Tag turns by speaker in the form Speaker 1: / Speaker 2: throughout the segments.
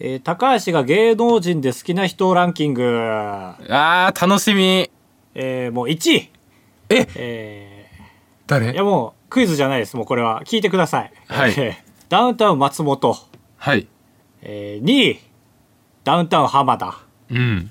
Speaker 1: えー高橋が芸能人で好きな人ランキング、
Speaker 2: あー、楽しみ。
Speaker 1: えーもう1位、
Speaker 2: え、
Speaker 1: えーい
Speaker 2: 誰
Speaker 1: やもうクイズじゃないですもうこれは聞いてください、
Speaker 2: はい
Speaker 1: えーダウンタウン松本、
Speaker 2: はい。
Speaker 1: え2位ダウンタウン浜田
Speaker 2: うん。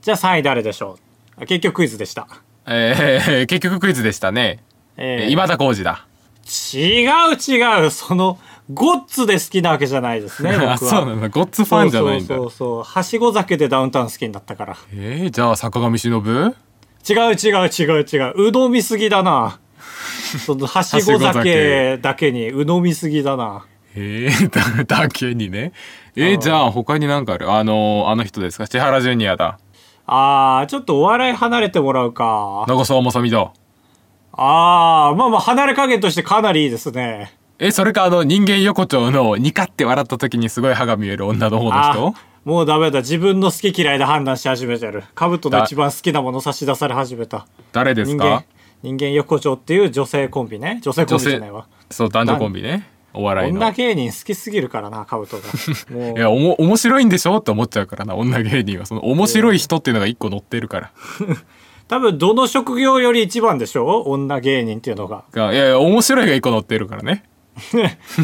Speaker 1: じゃあ3位誰でしょうあ結局クイズでした、
Speaker 2: えー、結局クイズでしたね。
Speaker 1: え
Speaker 2: え
Speaker 1: ー
Speaker 2: ー、今田耕司だ。
Speaker 1: 違う違うそのゴッツで好きなわけじゃないですね僕は
Speaker 2: あ、そうなんだ。ゴッツファンじゃないんだ。
Speaker 1: そうそうそうそうはしご酒でダウンタウン好きになったから
Speaker 2: えー、じゃあ坂上忍
Speaker 1: 違う違う違う違ううのみすぎだ なそのはしご
Speaker 2: はし
Speaker 1: 酒
Speaker 2: ご酒
Speaker 1: だけにうのみすぎだな
Speaker 2: えー、 だだけにね。え
Speaker 1: あー
Speaker 2: ー、じゃあ他に何かあるあのー、あの人ですか千原ジュニアだ。
Speaker 1: あーちょっとお笑い離れてもらうか
Speaker 2: 長澤まさみだ。
Speaker 1: あーまあまあ離れ加減としてかなりいいですね
Speaker 2: え、それかあの人間横丁のニカって笑った時にすごい歯が見える女の方の
Speaker 1: あ
Speaker 2: 人
Speaker 1: ーもうダメだ自分の好き嫌いで判断し始めてるカブトの一番好きなもの差し出され始めた
Speaker 2: 誰です
Speaker 1: 人
Speaker 2: か
Speaker 1: 間人間横丁っていう女性コンビね女性コンビじゃないわ
Speaker 2: そう、男女コンビね。お笑いの。
Speaker 1: 女芸人好きすぎるからなカ ブトがも
Speaker 2: いうや、おも、面白いんでしょって思っちゃうからな、女芸人は。その、面白い人っていうのが一個乗ってるから。
Speaker 1: 多分どの職業より一番でしょ女芸人っていうのが
Speaker 2: がいやいや、面白いが一個乗ってるからね。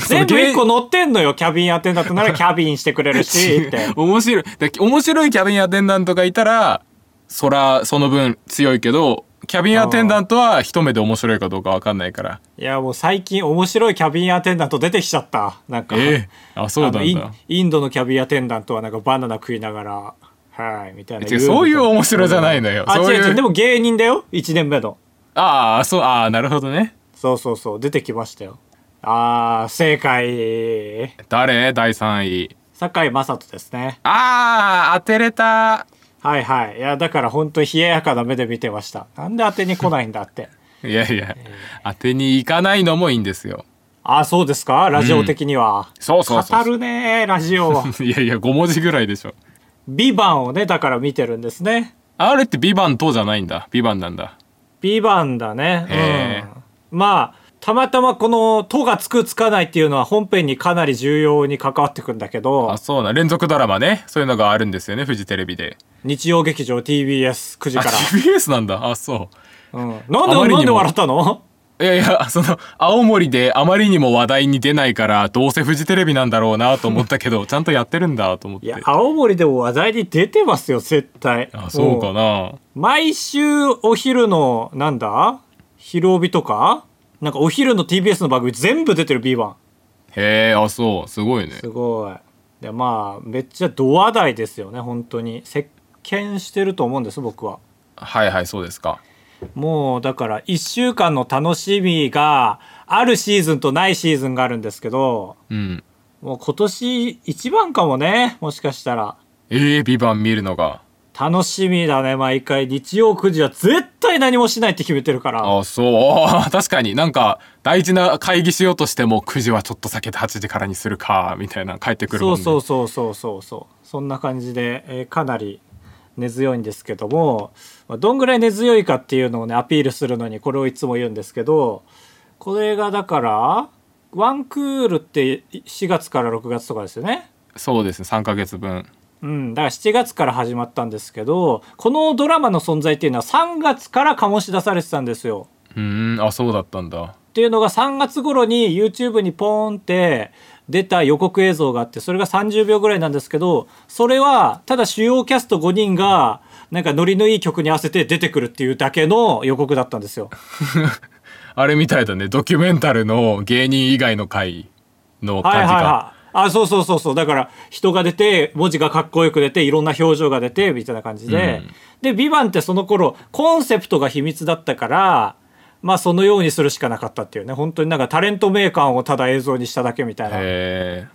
Speaker 1: 全部
Speaker 2: 芸
Speaker 1: 一個乗ってんのよキャビンアテンダントな らキャビンしてくれるしって
Speaker 2: 面白い。だ面白いキャビンアテンダントがいたら、そら、その分強いけど、キャビンアテンダントは一目で面白いかどうかわかんないから。
Speaker 1: いやもう最近面白いキャビンアテンダント出てきちゃったなんか、
Speaker 2: ええあ、そうなん
Speaker 1: あのイン
Speaker 2: だ。
Speaker 1: インドのキャビンアテンダントはなんかバナナ食いながらはいみたいな
Speaker 2: 違うそういう面白
Speaker 1: い
Speaker 2: じゃないのよ。
Speaker 1: あ
Speaker 2: そう
Speaker 1: 違う違うで
Speaker 2: いう。
Speaker 1: も芸人だよ1年目の
Speaker 2: ああ、そう、ああ、なるほどね。
Speaker 1: そうそうそう出てきましたよあー正解
Speaker 2: 誰第3位。
Speaker 1: 堺井雅人ですね
Speaker 2: ああ、当てれた。
Speaker 1: はいはい。いや、だから本当に冷ややかな目で見てました。なんで当てに来ないんだって。
Speaker 2: いやいや、当てに行かないのもいいんですよ。
Speaker 1: あ、そうですかラジオ的には。
Speaker 2: そうそうそう
Speaker 1: 語るねラジオは。
Speaker 2: いやいや、5文字ぐらいでしょ。
Speaker 1: ビバンをね、だから見てるんですね。
Speaker 2: あれってビバン等じゃないんだ。ビバンなんだ。
Speaker 1: ビバンだね
Speaker 2: へ。
Speaker 1: うん。まあ、たまたまこの、とがつくつかないっていうのは本編にかなり重要に関わってくんだけど
Speaker 2: あ、、そうな。連続ドラマね。そういうのがあるんですよね、フジテレビで。
Speaker 1: 日曜劇場 TBS9 時
Speaker 2: あ、
Speaker 1: から。
Speaker 2: TBS なんだ。あ、そ
Speaker 1: うん。なん
Speaker 2: あま
Speaker 1: で、
Speaker 2: りにも
Speaker 1: なんで笑ったの
Speaker 2: う。いやいや、その、青森であまりにも話題に出ないから、どうせフジテレビなんだろうなと思っ たけど、ちゃんとやってるんだと思っ
Speaker 1: い
Speaker 2: て
Speaker 1: や。、青森でも話題に出てますよ、絶対。
Speaker 2: あ、そうんかな。
Speaker 1: 毎週お昼のなんだ昼帯とかなんかお昼の TBS の番組全部出てる B1
Speaker 2: へえ、あ、そう。すごいね
Speaker 1: す。ごいでまあめっちゃド話題ですよね本当に席巻してると思うんです僕は
Speaker 2: はいはい、そうですか。
Speaker 1: もうだから1週間の楽しみがあるシーズンとないシーズンがあるんですけど
Speaker 2: うん。
Speaker 1: もう今年一番かもねもしかしたら
Speaker 2: ええ、ビバン見るのが。
Speaker 1: 楽しみだね毎回日曜9時は絶対何もしないって決めてるから
Speaker 2: あ、そうあー。確かになんか、大事な会議しようとしても、9時はちょっと避けて8時からにするか、みたいな、帰ってくるも
Speaker 1: そ
Speaker 2: ん
Speaker 1: うそう
Speaker 2: ね。
Speaker 1: そうそうそうそうそんな感じで、えーかなり根強いんですけども、まあ、どんぐらい根強いかっていうのをねアピールするのにこれをいつも言うんですけどこれがだからワンクールって4月から6月とかですよね。
Speaker 2: そうですね3ヶ月分
Speaker 1: うん、だから7月から始まったんですけどこのドラマの存在っていうのは3月から醸し出されてたんですよ。
Speaker 2: うーんあそうだったんだ
Speaker 1: っていうのが3月頃に YouTube にポーンって出た予告映像があってそれが30秒ぐらいなんですけどそれはただ主要キャスト5人がなんかノリのいい曲に合わせて出てくるっていうだけの予告だったんですよ。
Speaker 2: あれみたいだねドキュメンタルの芸人以外の回
Speaker 1: は
Speaker 2: の
Speaker 1: い
Speaker 2: 感
Speaker 1: はい
Speaker 2: じが、
Speaker 1: はい。あそうそうそうそうだから人が出て文字がかっこよく出ていろんな表情が出てみたいな感じで、で「ビバンってその頃コンセプトが秘密だったからまあそのようにするしかなかったっていうね本当になんかタレント名鑑をただ映像にしただけみたいな
Speaker 2: へ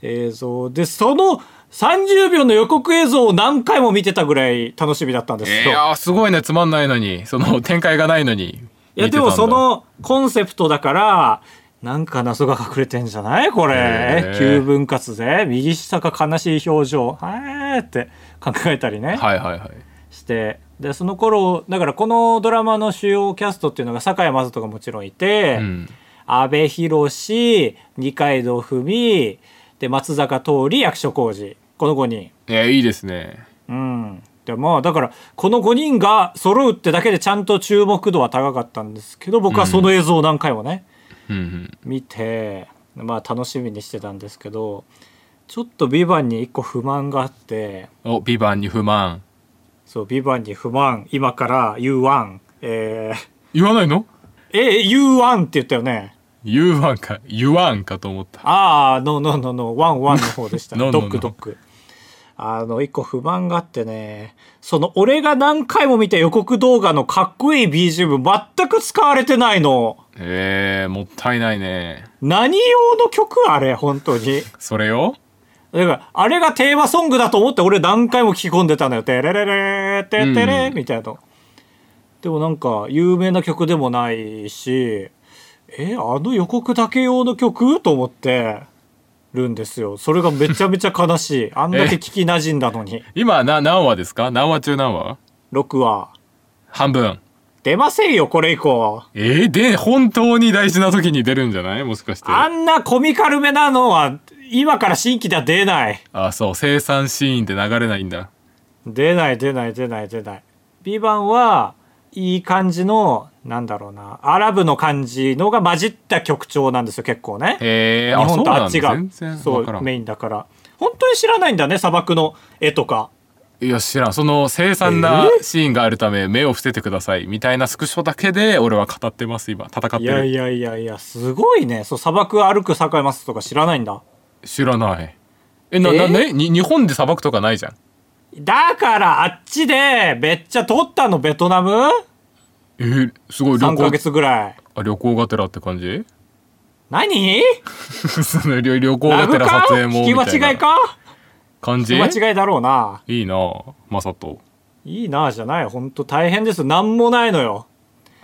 Speaker 1: 映像でその30秒の予告映像を何回も見てたぐらい楽しみだったんです
Speaker 2: え
Speaker 1: よ。
Speaker 2: いやーすごいねつまんないのにその展開がないのに
Speaker 1: いやで
Speaker 2: 見てたんだ
Speaker 1: もそのコンセプトだからなんか謎が隠れてんじゃないこれ
Speaker 2: へー
Speaker 1: 9分割で右下が悲しい表情はーって考えたりね、
Speaker 2: はいはいはい
Speaker 1: してでその頃だからこのドラマの主要キャストっていうのが堺雅人がもちろんいて、
Speaker 2: うん
Speaker 1: 阿部寛二階堂ふみで松坂桃李役所広司この5人。
Speaker 2: えーいいですね
Speaker 1: うん。でまあだからこの5人が揃うってだけでちゃんと注目度は高かったんですけど僕はその映像を何回もね、
Speaker 2: うんうん
Speaker 1: 見てまあ楽しみにしてたんですけどちょっと「ビバンに1個不満があって
Speaker 2: おビバンに不満
Speaker 1: そう「ビバンに不満今から言うワンえ
Speaker 2: 言わないの
Speaker 1: ー、え言うワンって言ったよね
Speaker 2: 言わんか言わんかと思った
Speaker 1: ああノーノーノーノーワンワンの方でした
Speaker 2: No, no,
Speaker 1: ドック
Speaker 2: no.
Speaker 1: ドックあの一個不満があってねその俺が何回も見た予告動画のかっこいい BGM 全く使われてないの
Speaker 2: えー、もったいないね
Speaker 1: 何用の曲あれ本当に
Speaker 2: それよ
Speaker 1: だからあれがテーマソングだと思って俺何回も聞き込んでたのよ「テレレレテテレ」
Speaker 2: うん
Speaker 1: みたいなでもなんか有名な曲でもないしえあの予告だけ用の曲と思ってるんですよそれがめちゃめちゃ悲し いあんだけ聞きなじんだのに
Speaker 2: 今な何話ですか何話中何話
Speaker 1: 6話
Speaker 2: 半分
Speaker 1: 出ませんよこれ以降
Speaker 2: えー、で本当に大事な時に出るんじゃないもしかして
Speaker 1: あんなコミカルめなのは今から新規では出ない
Speaker 2: あそう生産シーンって流れないんだ
Speaker 1: 出ない出ない出ない出ない「ビバンはいい感じのなんだろうなアラブの感じのが混じった曲調なんですよ結構ね
Speaker 2: え
Speaker 1: 日
Speaker 2: ー、あ
Speaker 1: 本
Speaker 2: そう
Speaker 1: と
Speaker 2: な
Speaker 1: あっ
Speaker 2: ん
Speaker 1: ち
Speaker 2: だ
Speaker 1: が
Speaker 2: 全然
Speaker 1: そ
Speaker 2: 分から
Speaker 1: うんメインだから本当に知らないんだね砂漠の絵とか
Speaker 2: いや知らんその凄惨なシーンがあるため目を伏せてくださいみたいなスクショだけで俺は語ってます今戦ってる
Speaker 1: いやいやいやいやすごいねそう砂漠歩く栄えますとか知らないんだ
Speaker 2: 知らないえな、な
Speaker 1: え
Speaker 2: ねに日本で砂漠とかないじゃん
Speaker 1: だからあっちでめっちゃ撮ったのベトナム
Speaker 2: えーすごい旅
Speaker 1: 3ヶ
Speaker 2: 行
Speaker 1: 月ぐらい
Speaker 2: あ旅行がてらって感じ
Speaker 1: 何
Speaker 2: その旅旅行
Speaker 1: ラ
Speaker 2: が
Speaker 1: グ
Speaker 2: てら
Speaker 1: か
Speaker 2: 撮影も
Speaker 1: 聞き
Speaker 2: みた
Speaker 1: 間違
Speaker 2: い
Speaker 1: い
Speaker 2: な
Speaker 1: か
Speaker 2: 感じ
Speaker 1: 聞き間違いだろうない
Speaker 2: いなあマサト
Speaker 1: いいなあじゃないほんと大変ですなんもないのよ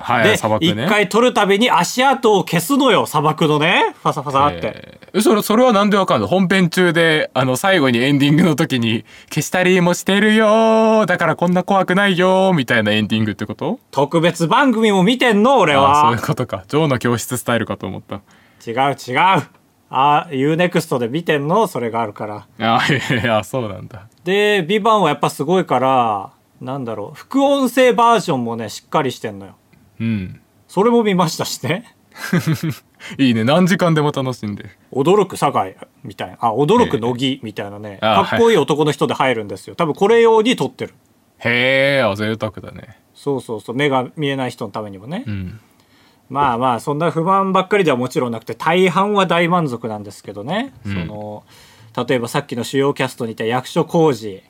Speaker 2: は
Speaker 1: で
Speaker 2: い
Speaker 1: 一、
Speaker 2: 砂漠ね
Speaker 1: 回取るたびに足跡を消すのよ砂漠のねファサファサって、
Speaker 2: えーそれそれはなんでわかんの本編中であの最後にエンディングの時に「消したりもしてるよーだからこんな怖くないよー」みたいなエンディングってこと
Speaker 1: 特別番組も見てんの俺
Speaker 2: あそう
Speaker 1: は
Speaker 2: いうことかジョーの教室スタイルかと思った
Speaker 1: 違う違うあ UNEXT で見てんのそれがあるから
Speaker 2: あいやいやそうなんだ
Speaker 1: で「ビバンはやっぱすごいからなんだろう副音声バージョンもねしっかりしてんのよ
Speaker 2: うん
Speaker 1: それも見ましたしね
Speaker 2: いいね何時間でも楽しんで
Speaker 1: 驚く酒井みたいなあ驚く乃木みたいなね、
Speaker 2: あ
Speaker 1: かっこいい男の人で入るんですよ多分これ用に撮ってる
Speaker 2: へえあ贅沢だね
Speaker 1: そうそうそう目が見えない人のためにもね、
Speaker 2: うん
Speaker 1: まあまあそんな不満ばっかりではもちろんなくて大半は大満足なんですけどね、その例えばさっきの主要キャストにいた役所広司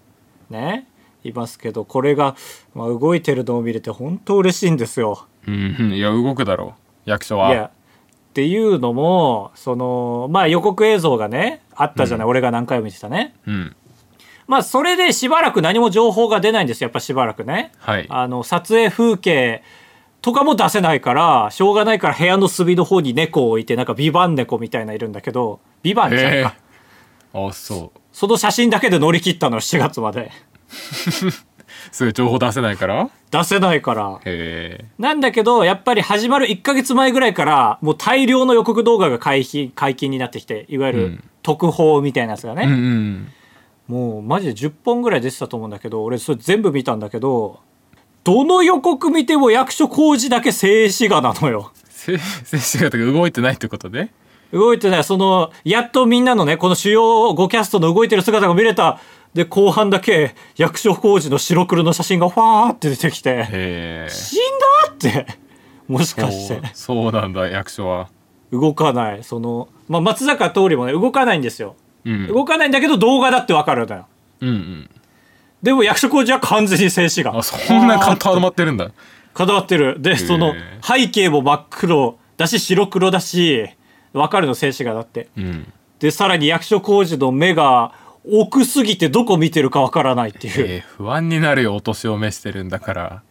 Speaker 1: ねいますけどこれが、まあ、動いてるのを見れて本当嬉しいんですよ。
Speaker 2: うんうんいや動くだろう役所
Speaker 1: い
Speaker 2: は
Speaker 1: やっていうのもそのまあ予告映像がねあったじゃない、俺が何回も見てたね。
Speaker 2: うん
Speaker 1: まあそれでしばらく何も情報が出ないんですよやっぱしばらくね。
Speaker 2: はい
Speaker 1: あの撮影風景とかも出せないからしょうがないから部屋の隅の方に猫を置いてなんかビバン猫みたいないるんだけどビバンちゃ
Speaker 2: へ
Speaker 1: ん
Speaker 2: え
Speaker 1: か
Speaker 2: あそう
Speaker 1: その写真だけで乗り切ったのよ7月まです
Speaker 2: ぐ情報出せないから
Speaker 1: 出せないから
Speaker 2: へえ
Speaker 1: なんだけどやっぱり始まる1ヶ月前ぐらいからもう大量の予告動画が解禁解禁になってきていわゆ
Speaker 2: う
Speaker 1: る
Speaker 2: ん
Speaker 1: 特報みたいなやつがね、
Speaker 2: うんうん
Speaker 1: もうマジで10本ぐらい出てたと思うんだけど俺それ全部見たんだけどどの予告見ても役所広司だけ静止画なのよ
Speaker 2: せ 接種が動いてないってことで
Speaker 1: 動いてないそのやっとみんなのねこの主要5キャストの動いてる姿が見れたで後半だけ役所工事の白黒の写真がファーって出てきて
Speaker 2: へえ
Speaker 1: 死んだってもしかして
Speaker 2: そうなんだ役所は
Speaker 1: 動かないその、まあ、松坂桃李もね動かないんですよ
Speaker 2: うん
Speaker 1: 動かないんだけど動画だってわかるのよ
Speaker 2: うんうん
Speaker 1: でも役所工事は完全に静止
Speaker 2: あ
Speaker 1: 画
Speaker 2: そんな固まってるんだ
Speaker 1: 固まってるでその
Speaker 2: へ
Speaker 1: 背景も真っ黒だし白黒だしわかるの静止画だって
Speaker 2: うん
Speaker 1: でさらに役所広司の目が奥すぎてどこ見てるかわからないっていう、
Speaker 2: えー不安になるよお年を召してるんだから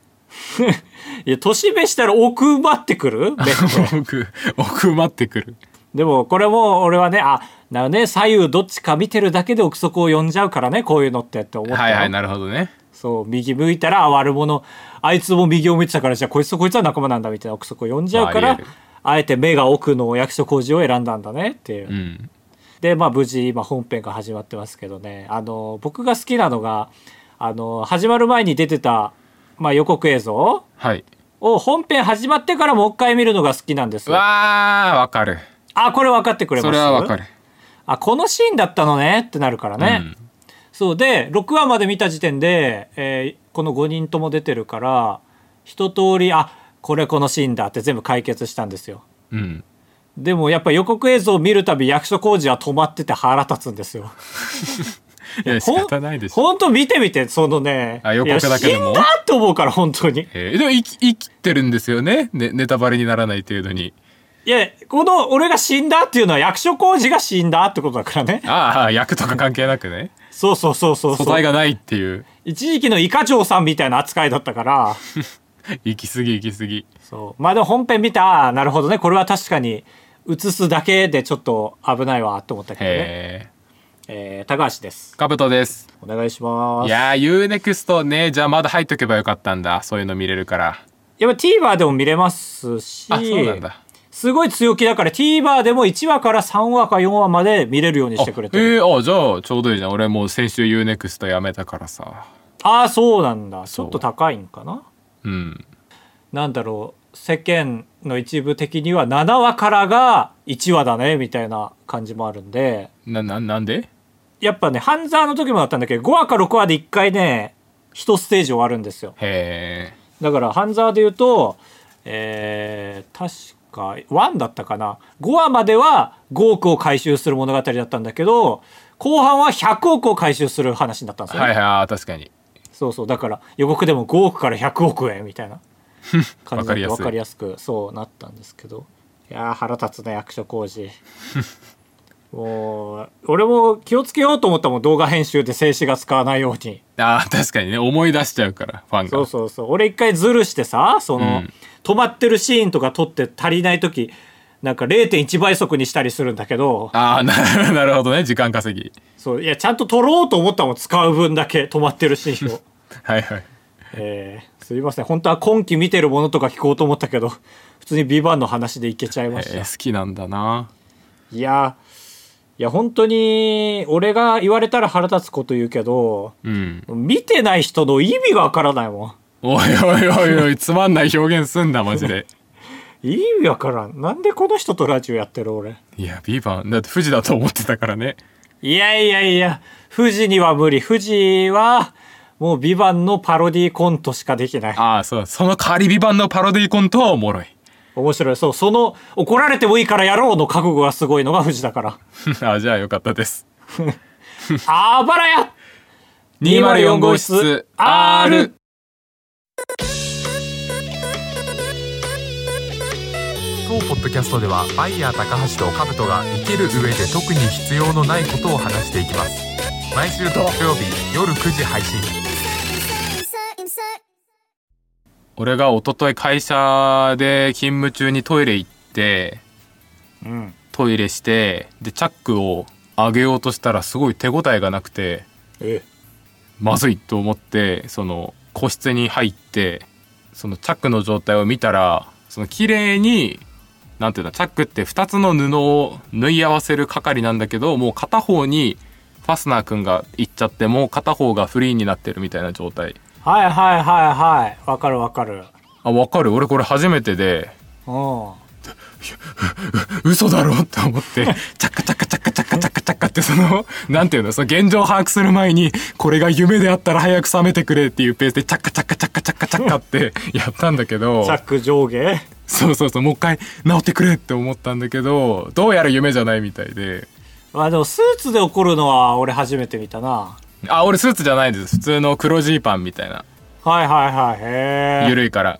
Speaker 1: いや年目したら奥まってく る目って
Speaker 2: 奥奥待ってくる
Speaker 1: でもこれも俺はねあなるね左右どっちか見てるだけで憶測を呼んじゃうからねこういうのってって思ったの
Speaker 2: はいはいなるほどね
Speaker 1: そう右向いたらあ悪者あいつも右を向いてたからじゃあこいつとこいつは仲間なんだみたいな憶測を呼んじゃうか
Speaker 2: まあ
Speaker 1: ら、
Speaker 2: ありえる
Speaker 1: あえて目が奥の役所広司を選んだんだねっていう、
Speaker 2: うん
Speaker 1: でまあ無事今本編が始まってますけどねあの僕が好きなのがあの始まる前に出てた、まあ、予告映像
Speaker 2: はい。
Speaker 1: を本編始まってからもう一回見るのが好きなんです
Speaker 2: う
Speaker 1: よ。
Speaker 2: わー、わかる。
Speaker 1: あこれ分かってくれます
Speaker 2: それはわかる。
Speaker 1: あこのシーンだったのねってなるからね。そうで6話まで見た時点で、えーこの5人とも出てるから一通りあこれこのシーンだって全部解決したんですよ。
Speaker 2: うん。うん。
Speaker 1: でもやっぱ予告映像を見るたび役所工事は止まってて腹立つんですよ。
Speaker 2: い や、仕方ないでしょ。
Speaker 1: 本当見てみてそのね
Speaker 2: あ予告だけでも
Speaker 1: いや死んだと思うから本当に。
Speaker 2: えーでも生き、生きてるんですよねね。ネタバレにならない程度に。
Speaker 1: いやこの俺が死んだっていうのは役所工事が死んだってことだから ね。
Speaker 2: ああ、役とか関係なくね。
Speaker 1: そうそうそうそう
Speaker 2: 素
Speaker 1: そ
Speaker 2: 材
Speaker 1: う。
Speaker 2: がないっていう。
Speaker 1: 一時期のイカ長さんみたいな扱いだったから。
Speaker 2: 行き過ぎ行き過ぎ。
Speaker 1: そうまあでも本編見てああなるほどねこれは確かに映すだけでちょっと危ないわと思ったけどね、
Speaker 2: へえ。
Speaker 1: えー高橋です
Speaker 2: カブトです。
Speaker 1: お願いします
Speaker 2: い
Speaker 1: いや
Speaker 2: やー、UNEXT ね、じゃあまだ入っとけばよかったんだ。そういうの見れるから。
Speaker 1: っぱ TVer でも見れますし
Speaker 2: あ、そうなんだ。
Speaker 1: すごい強気だから TVer でも1話から3話か4話まで見れるようにしてくれてる
Speaker 2: えー、あじゃあちょうどいいじゃん俺もう先週 UNEXT やめたからさ
Speaker 1: ああそうなんだち
Speaker 2: そう
Speaker 1: ょっと高いんかな
Speaker 2: うん
Speaker 1: なんだろう世間の一部的には7話からが1話だねみたいな感じもあるんで
Speaker 2: なななんで
Speaker 1: やっぱね、半沢の時もだったんだけど、5話か6話で1回ね、1ステージ終わるんですよ。
Speaker 2: へえ
Speaker 1: だから、半沢で言うと、えー、確か、1だったかな。5話までは5億を回収する物語だったんだけど、後半は100億を回収する話になったんですよ、ね
Speaker 2: はいはいあー確かに
Speaker 1: そうそう。だから、予告でも5億から100億円みたい な感じ
Speaker 2: わか
Speaker 1: だ
Speaker 2: りや
Speaker 1: と
Speaker 2: すい
Speaker 1: 分かりやすく、そうなったんですけど。いやー、腹立つね、役所工 事。もう、俺も気をつけようと思ったもん、動画編集で静止画使わないように。
Speaker 2: あー確かにね思い出しちゃうからファンが
Speaker 1: そうそうそう俺一回ズルしてさその、
Speaker 2: うん
Speaker 1: 止まってるシーンとか撮って足りない時なんか0.1倍速にしたりするんだけど
Speaker 2: ああ ななるほどね時間稼ぎ
Speaker 1: そういやちゃんと撮ろうと思ったもん使う分だけ止まってるシーンを、
Speaker 2: はいはい
Speaker 1: えーすいません本当は今期見てるものとか聞こうと思ったけど普通に「ビバンの話でいけちゃいました、
Speaker 2: えー好きなんだない
Speaker 1: やいや本当に俺が言われたら腹立つこと言うけど
Speaker 2: うん
Speaker 1: 見てない人の意味がわからないもん
Speaker 2: おいおいおいおいつまんない表現すんなマジ で
Speaker 1: 意味わからんなんでこの人とラジオやってる俺
Speaker 2: いやビーバンだって富士だと思ってたからね
Speaker 1: いやいやいや、富士には無理。富士は、もう、ビバンのパロディコントしかできない。
Speaker 2: ああそうその代わりビーバンのパロディコントはおもろい
Speaker 1: 面白い。そう、その、怒られてもいいからやろうの覚悟がすごいのが富士だから。
Speaker 2: あーじゃあよかったです
Speaker 1: あばらや
Speaker 2: 204号室 R 当ポッドキャストではバイヤー高橋と兜が生きる上で特に必要のないことを話していきます毎週土曜日夜9時配信
Speaker 3: insert, insert.
Speaker 2: 俺が一昨日会社で勤務中にトイレ行って
Speaker 1: うん。
Speaker 2: トイレしてでチャックを上げようとしたらすごい手応えがなくて
Speaker 1: え
Speaker 2: まずいと思ってその個室に入ってそのチャックの状態を見たらその綺麗になんていうのチャックって2つの布を縫い合わせる係なんだけどもう片方にファスナー君が行っちゃってもう片方がフリーになってるみたいな状態
Speaker 1: はいはいはいはい。わかるわかる。
Speaker 2: あわかる俺これ初めてで
Speaker 1: うん。
Speaker 2: 嘘だろって思ってチャカチャカチャカチャカチャカチャカってそのなんていうのその現状を把握する前にこれが夢であったら早く覚めてくれっていうペースでチャカチャカチャカチャカチャカ ってやったんだけど
Speaker 1: チャック上下。
Speaker 2: そうそうそうもう一回治ってくれって思ったんだけどどうやら夢じゃないみたいで
Speaker 1: まあでも、スーツで怒るのは俺初めて見たな。
Speaker 2: あ俺スーツじゃないです普通の黒ジーパンみたいな
Speaker 1: はいはいはい。へえ。
Speaker 2: 緩いから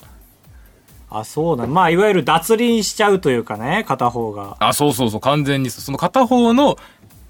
Speaker 1: あ、そうなんまあ、いわゆる脱輪しちゃうというかね、片方が。
Speaker 2: あそうそうそう完全にそうその片方の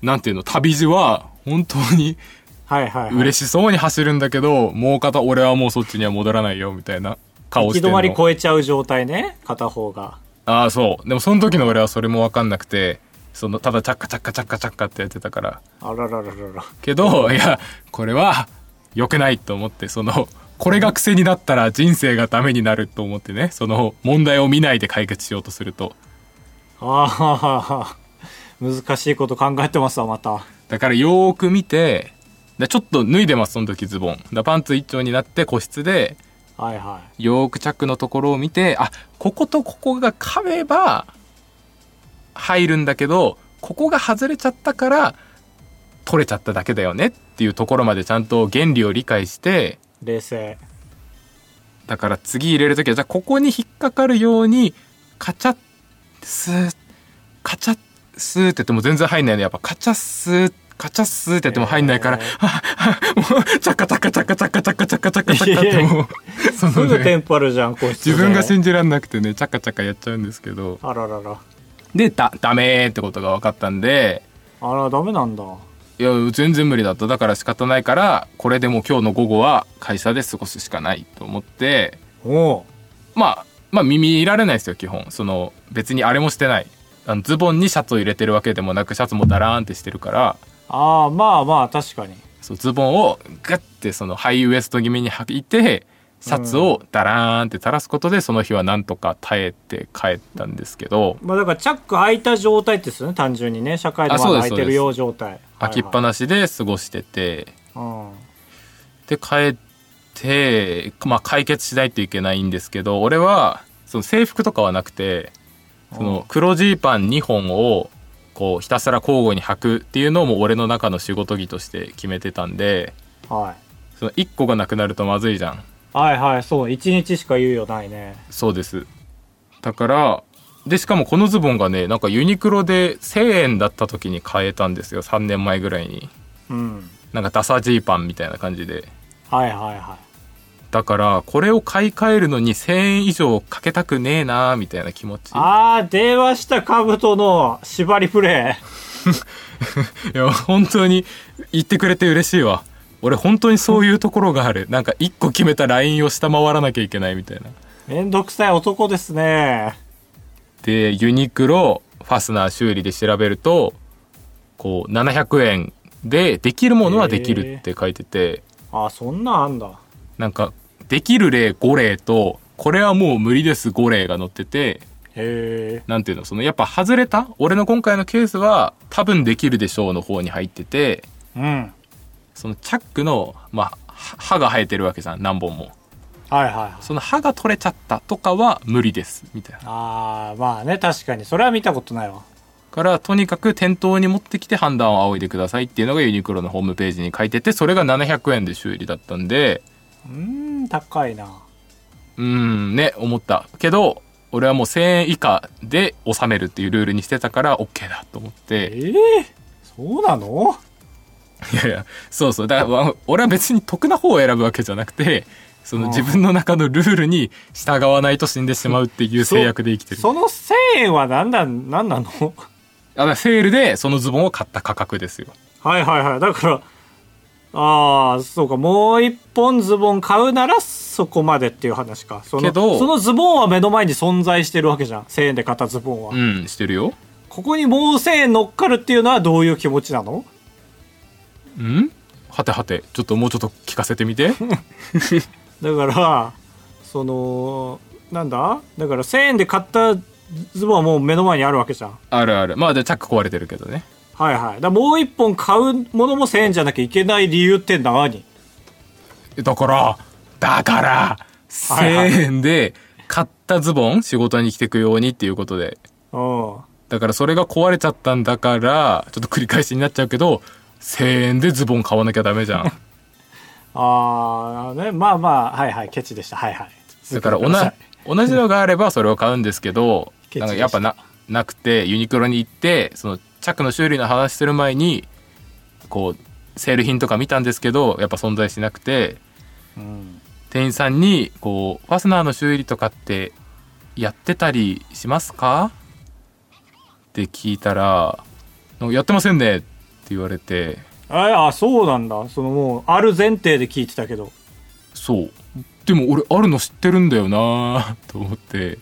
Speaker 2: なんていうの旅路は本当に
Speaker 1: はいはい、はい。
Speaker 2: 嬉しそうに走るんだけどもう片俺はもうそっちには戻らないよみたいな顔
Speaker 1: 行
Speaker 2: して
Speaker 1: き
Speaker 2: んの
Speaker 1: 止まり超えちゃう状態ね片方が
Speaker 2: ああそうでもその時の俺はそれも分かんなくてそのただチャッカチャッカチャッカチャッカってやってたから
Speaker 1: あららららら
Speaker 2: けどいやこれは良くないと思ってそのこれが癖になったら人生がダメになると思ってねその問題を見ないで解決しようとすると
Speaker 1: ああ難しいこと考えてますわまた
Speaker 2: だからよーく見てでちょっと脱いでますその時ズボンだパンツ一丁になって個室で
Speaker 1: はいは
Speaker 2: よーくチャックのところを見てあこことここが噛めば入るんだけどここが外れちゃったから取れちゃっただけだよねっていうところまでちゃんと原理を理解して
Speaker 1: い冷静
Speaker 2: だから次入れる時はじゃあここに引っかかるようにカチャッスーカチャッスーってやっても全然入んないのやっぱカチャッスーカチャッスーってやっても入んないから、
Speaker 1: えー
Speaker 2: ああもうチャカチャカチャカチャカチャカチャカチャカチャカってもうそ
Speaker 1: す
Speaker 2: の
Speaker 1: ぐ
Speaker 2: ね
Speaker 1: テンパるじゃん個室で
Speaker 2: 自分が信じらんなくてねチャカチャカやっちゃうんですけど
Speaker 1: あららら
Speaker 2: でだダメーってことが分かったんで
Speaker 1: あらダメなんだ
Speaker 2: いや全然無理だっただから仕方ないからこれでもう今日の午後は会社で過ごすしかないと思って
Speaker 1: おう
Speaker 2: まあまあ耳いられないですよ基本その別にあれもしてないあのズボンにシャツを入れてるわけでもなくシャツもダラーンってしてるから
Speaker 1: ああまあまあ確かに
Speaker 2: そうズボンをグッてそのハイウエスト気味に履いてシャツをダラーンって垂らすことでその日はなんとか耐えて帰ったんですけど
Speaker 1: まあだからチャック開いた状態ですよね単純にね社会で
Speaker 2: あそう
Speaker 1: ま
Speaker 2: で
Speaker 1: だ
Speaker 2: す
Speaker 1: 開いてるよう状態
Speaker 2: 開きっぱなしで過ごしてて
Speaker 1: はいはい
Speaker 2: で帰って、まあ、解決しないといけないんですけど俺はその制服とかはなくてその黒ジーパン2本をこうひたすら交互に履くっていうのも俺の中の仕事着として決めてたんで
Speaker 1: うんはい
Speaker 2: その1個がなくなるとまずいじゃん
Speaker 1: はいはいそう1日しか猶予ないね
Speaker 2: そうですだからでしかもこのズボンがねなんかユニクロで1000円だった時に買えたんですよ3年前ぐらいに
Speaker 1: うん
Speaker 2: なんかダサジーパンみたいな感じで
Speaker 1: はいはいは
Speaker 2: だからこれを買い替えるのに1,000円以上かけたくねえなみたいな気持ち
Speaker 1: いあー電話した兜の縛りプレ
Speaker 2: いや本当に言ってくれて嬉しいわ俺本当にそういうところがあるなんか1個決めたラインを下回らなきゃいけないみたいな
Speaker 1: イ めんどくさい男ですね
Speaker 2: でユニクロファスナー修理で調べるとこう700円でできるものはできるって書いてて、
Speaker 1: あそんなんあんだ
Speaker 2: なんかできる例5例とこれはもう無理です5例が載ってて
Speaker 1: へえ
Speaker 2: なんていうのそのやっぱ外れた俺の今回のケースは多分できるでしょうの方に入ってて
Speaker 1: うん
Speaker 2: そのチャックの、まあ、は歯が生えてるわけじゃん何本も
Speaker 1: はいはいはい
Speaker 2: その歯が取れちゃったとかは無理ですみたいな
Speaker 1: あーまあね確かにそれは見たことないわ
Speaker 2: からとにかく店頭に持ってきて判断を仰いでくださいっていうのがユニクロのホームページに書いててそれが700円で修理だったんで
Speaker 1: うーん高いな
Speaker 2: うーんね思ったけど俺はもう1000円以下で納めるっていうルールにしてたから OK だと思って
Speaker 1: ええそうなの
Speaker 2: いやいや、そうそう。だからわ、俺は別に得な方を選ぶわけじゃなくて、その
Speaker 1: うん
Speaker 2: 自分の中のルールに従わないと死んでしまうっていう制約で生きて る。
Speaker 1: その1000円は何だ何なの
Speaker 2: あだからセールでそのズボンを買った価格ですよ。
Speaker 1: はいはいはいだからああそうかもう一本ズボン買うならそこまでっていう話かその
Speaker 2: けど
Speaker 1: そのズボンは目の前に存在してるわけじゃん1000円で買ったズボンは、
Speaker 2: うん、してるよ。
Speaker 1: ここにもう1000円乗っかるっていうのはどういう気持ちなの
Speaker 2: うんはてはて。ちょっともうちょっと聞かせてみて。
Speaker 1: だからそのなんだだから1000円で買ったズボンはもう目の前にあるわけじゃん
Speaker 2: あるある。まあ、で、チャック壊れてるけどね。
Speaker 1: はいはいだからもう一本買うものも1000円じゃなきゃいけない理由って何
Speaker 2: だから、だから、1000
Speaker 1: いはい
Speaker 2: 円で買ったズボン、仕事に着てくようにっていうことで。
Speaker 1: うん
Speaker 2: だからそれが壊れちゃったんだから、ちょっと繰り返しになっちゃうけど、1000円でズボン買わなきゃダメじゃ ん。
Speaker 1: ああねまあまあはいはいケチでしたはいはい
Speaker 2: だから
Speaker 1: 続けてくさい
Speaker 2: 同じ同じのがあればそれを買うんですけど、
Speaker 1: ケチ
Speaker 2: なんかやっぱな、なくて、ユニクロに行って、その、チャックの修理の話する前に、こう、セール品とか見たんですけど、やっぱ存在しなくて、
Speaker 1: うん
Speaker 2: 店員さんに、こう、ファスナーの修理とかって、やってたりしますかって聞いたら、なんかやってませんねって言われて、
Speaker 1: えあそうなんだそのもうある前提で聞いてたけど
Speaker 2: そう。でも俺あるの知ってるんだよな ぁと思って。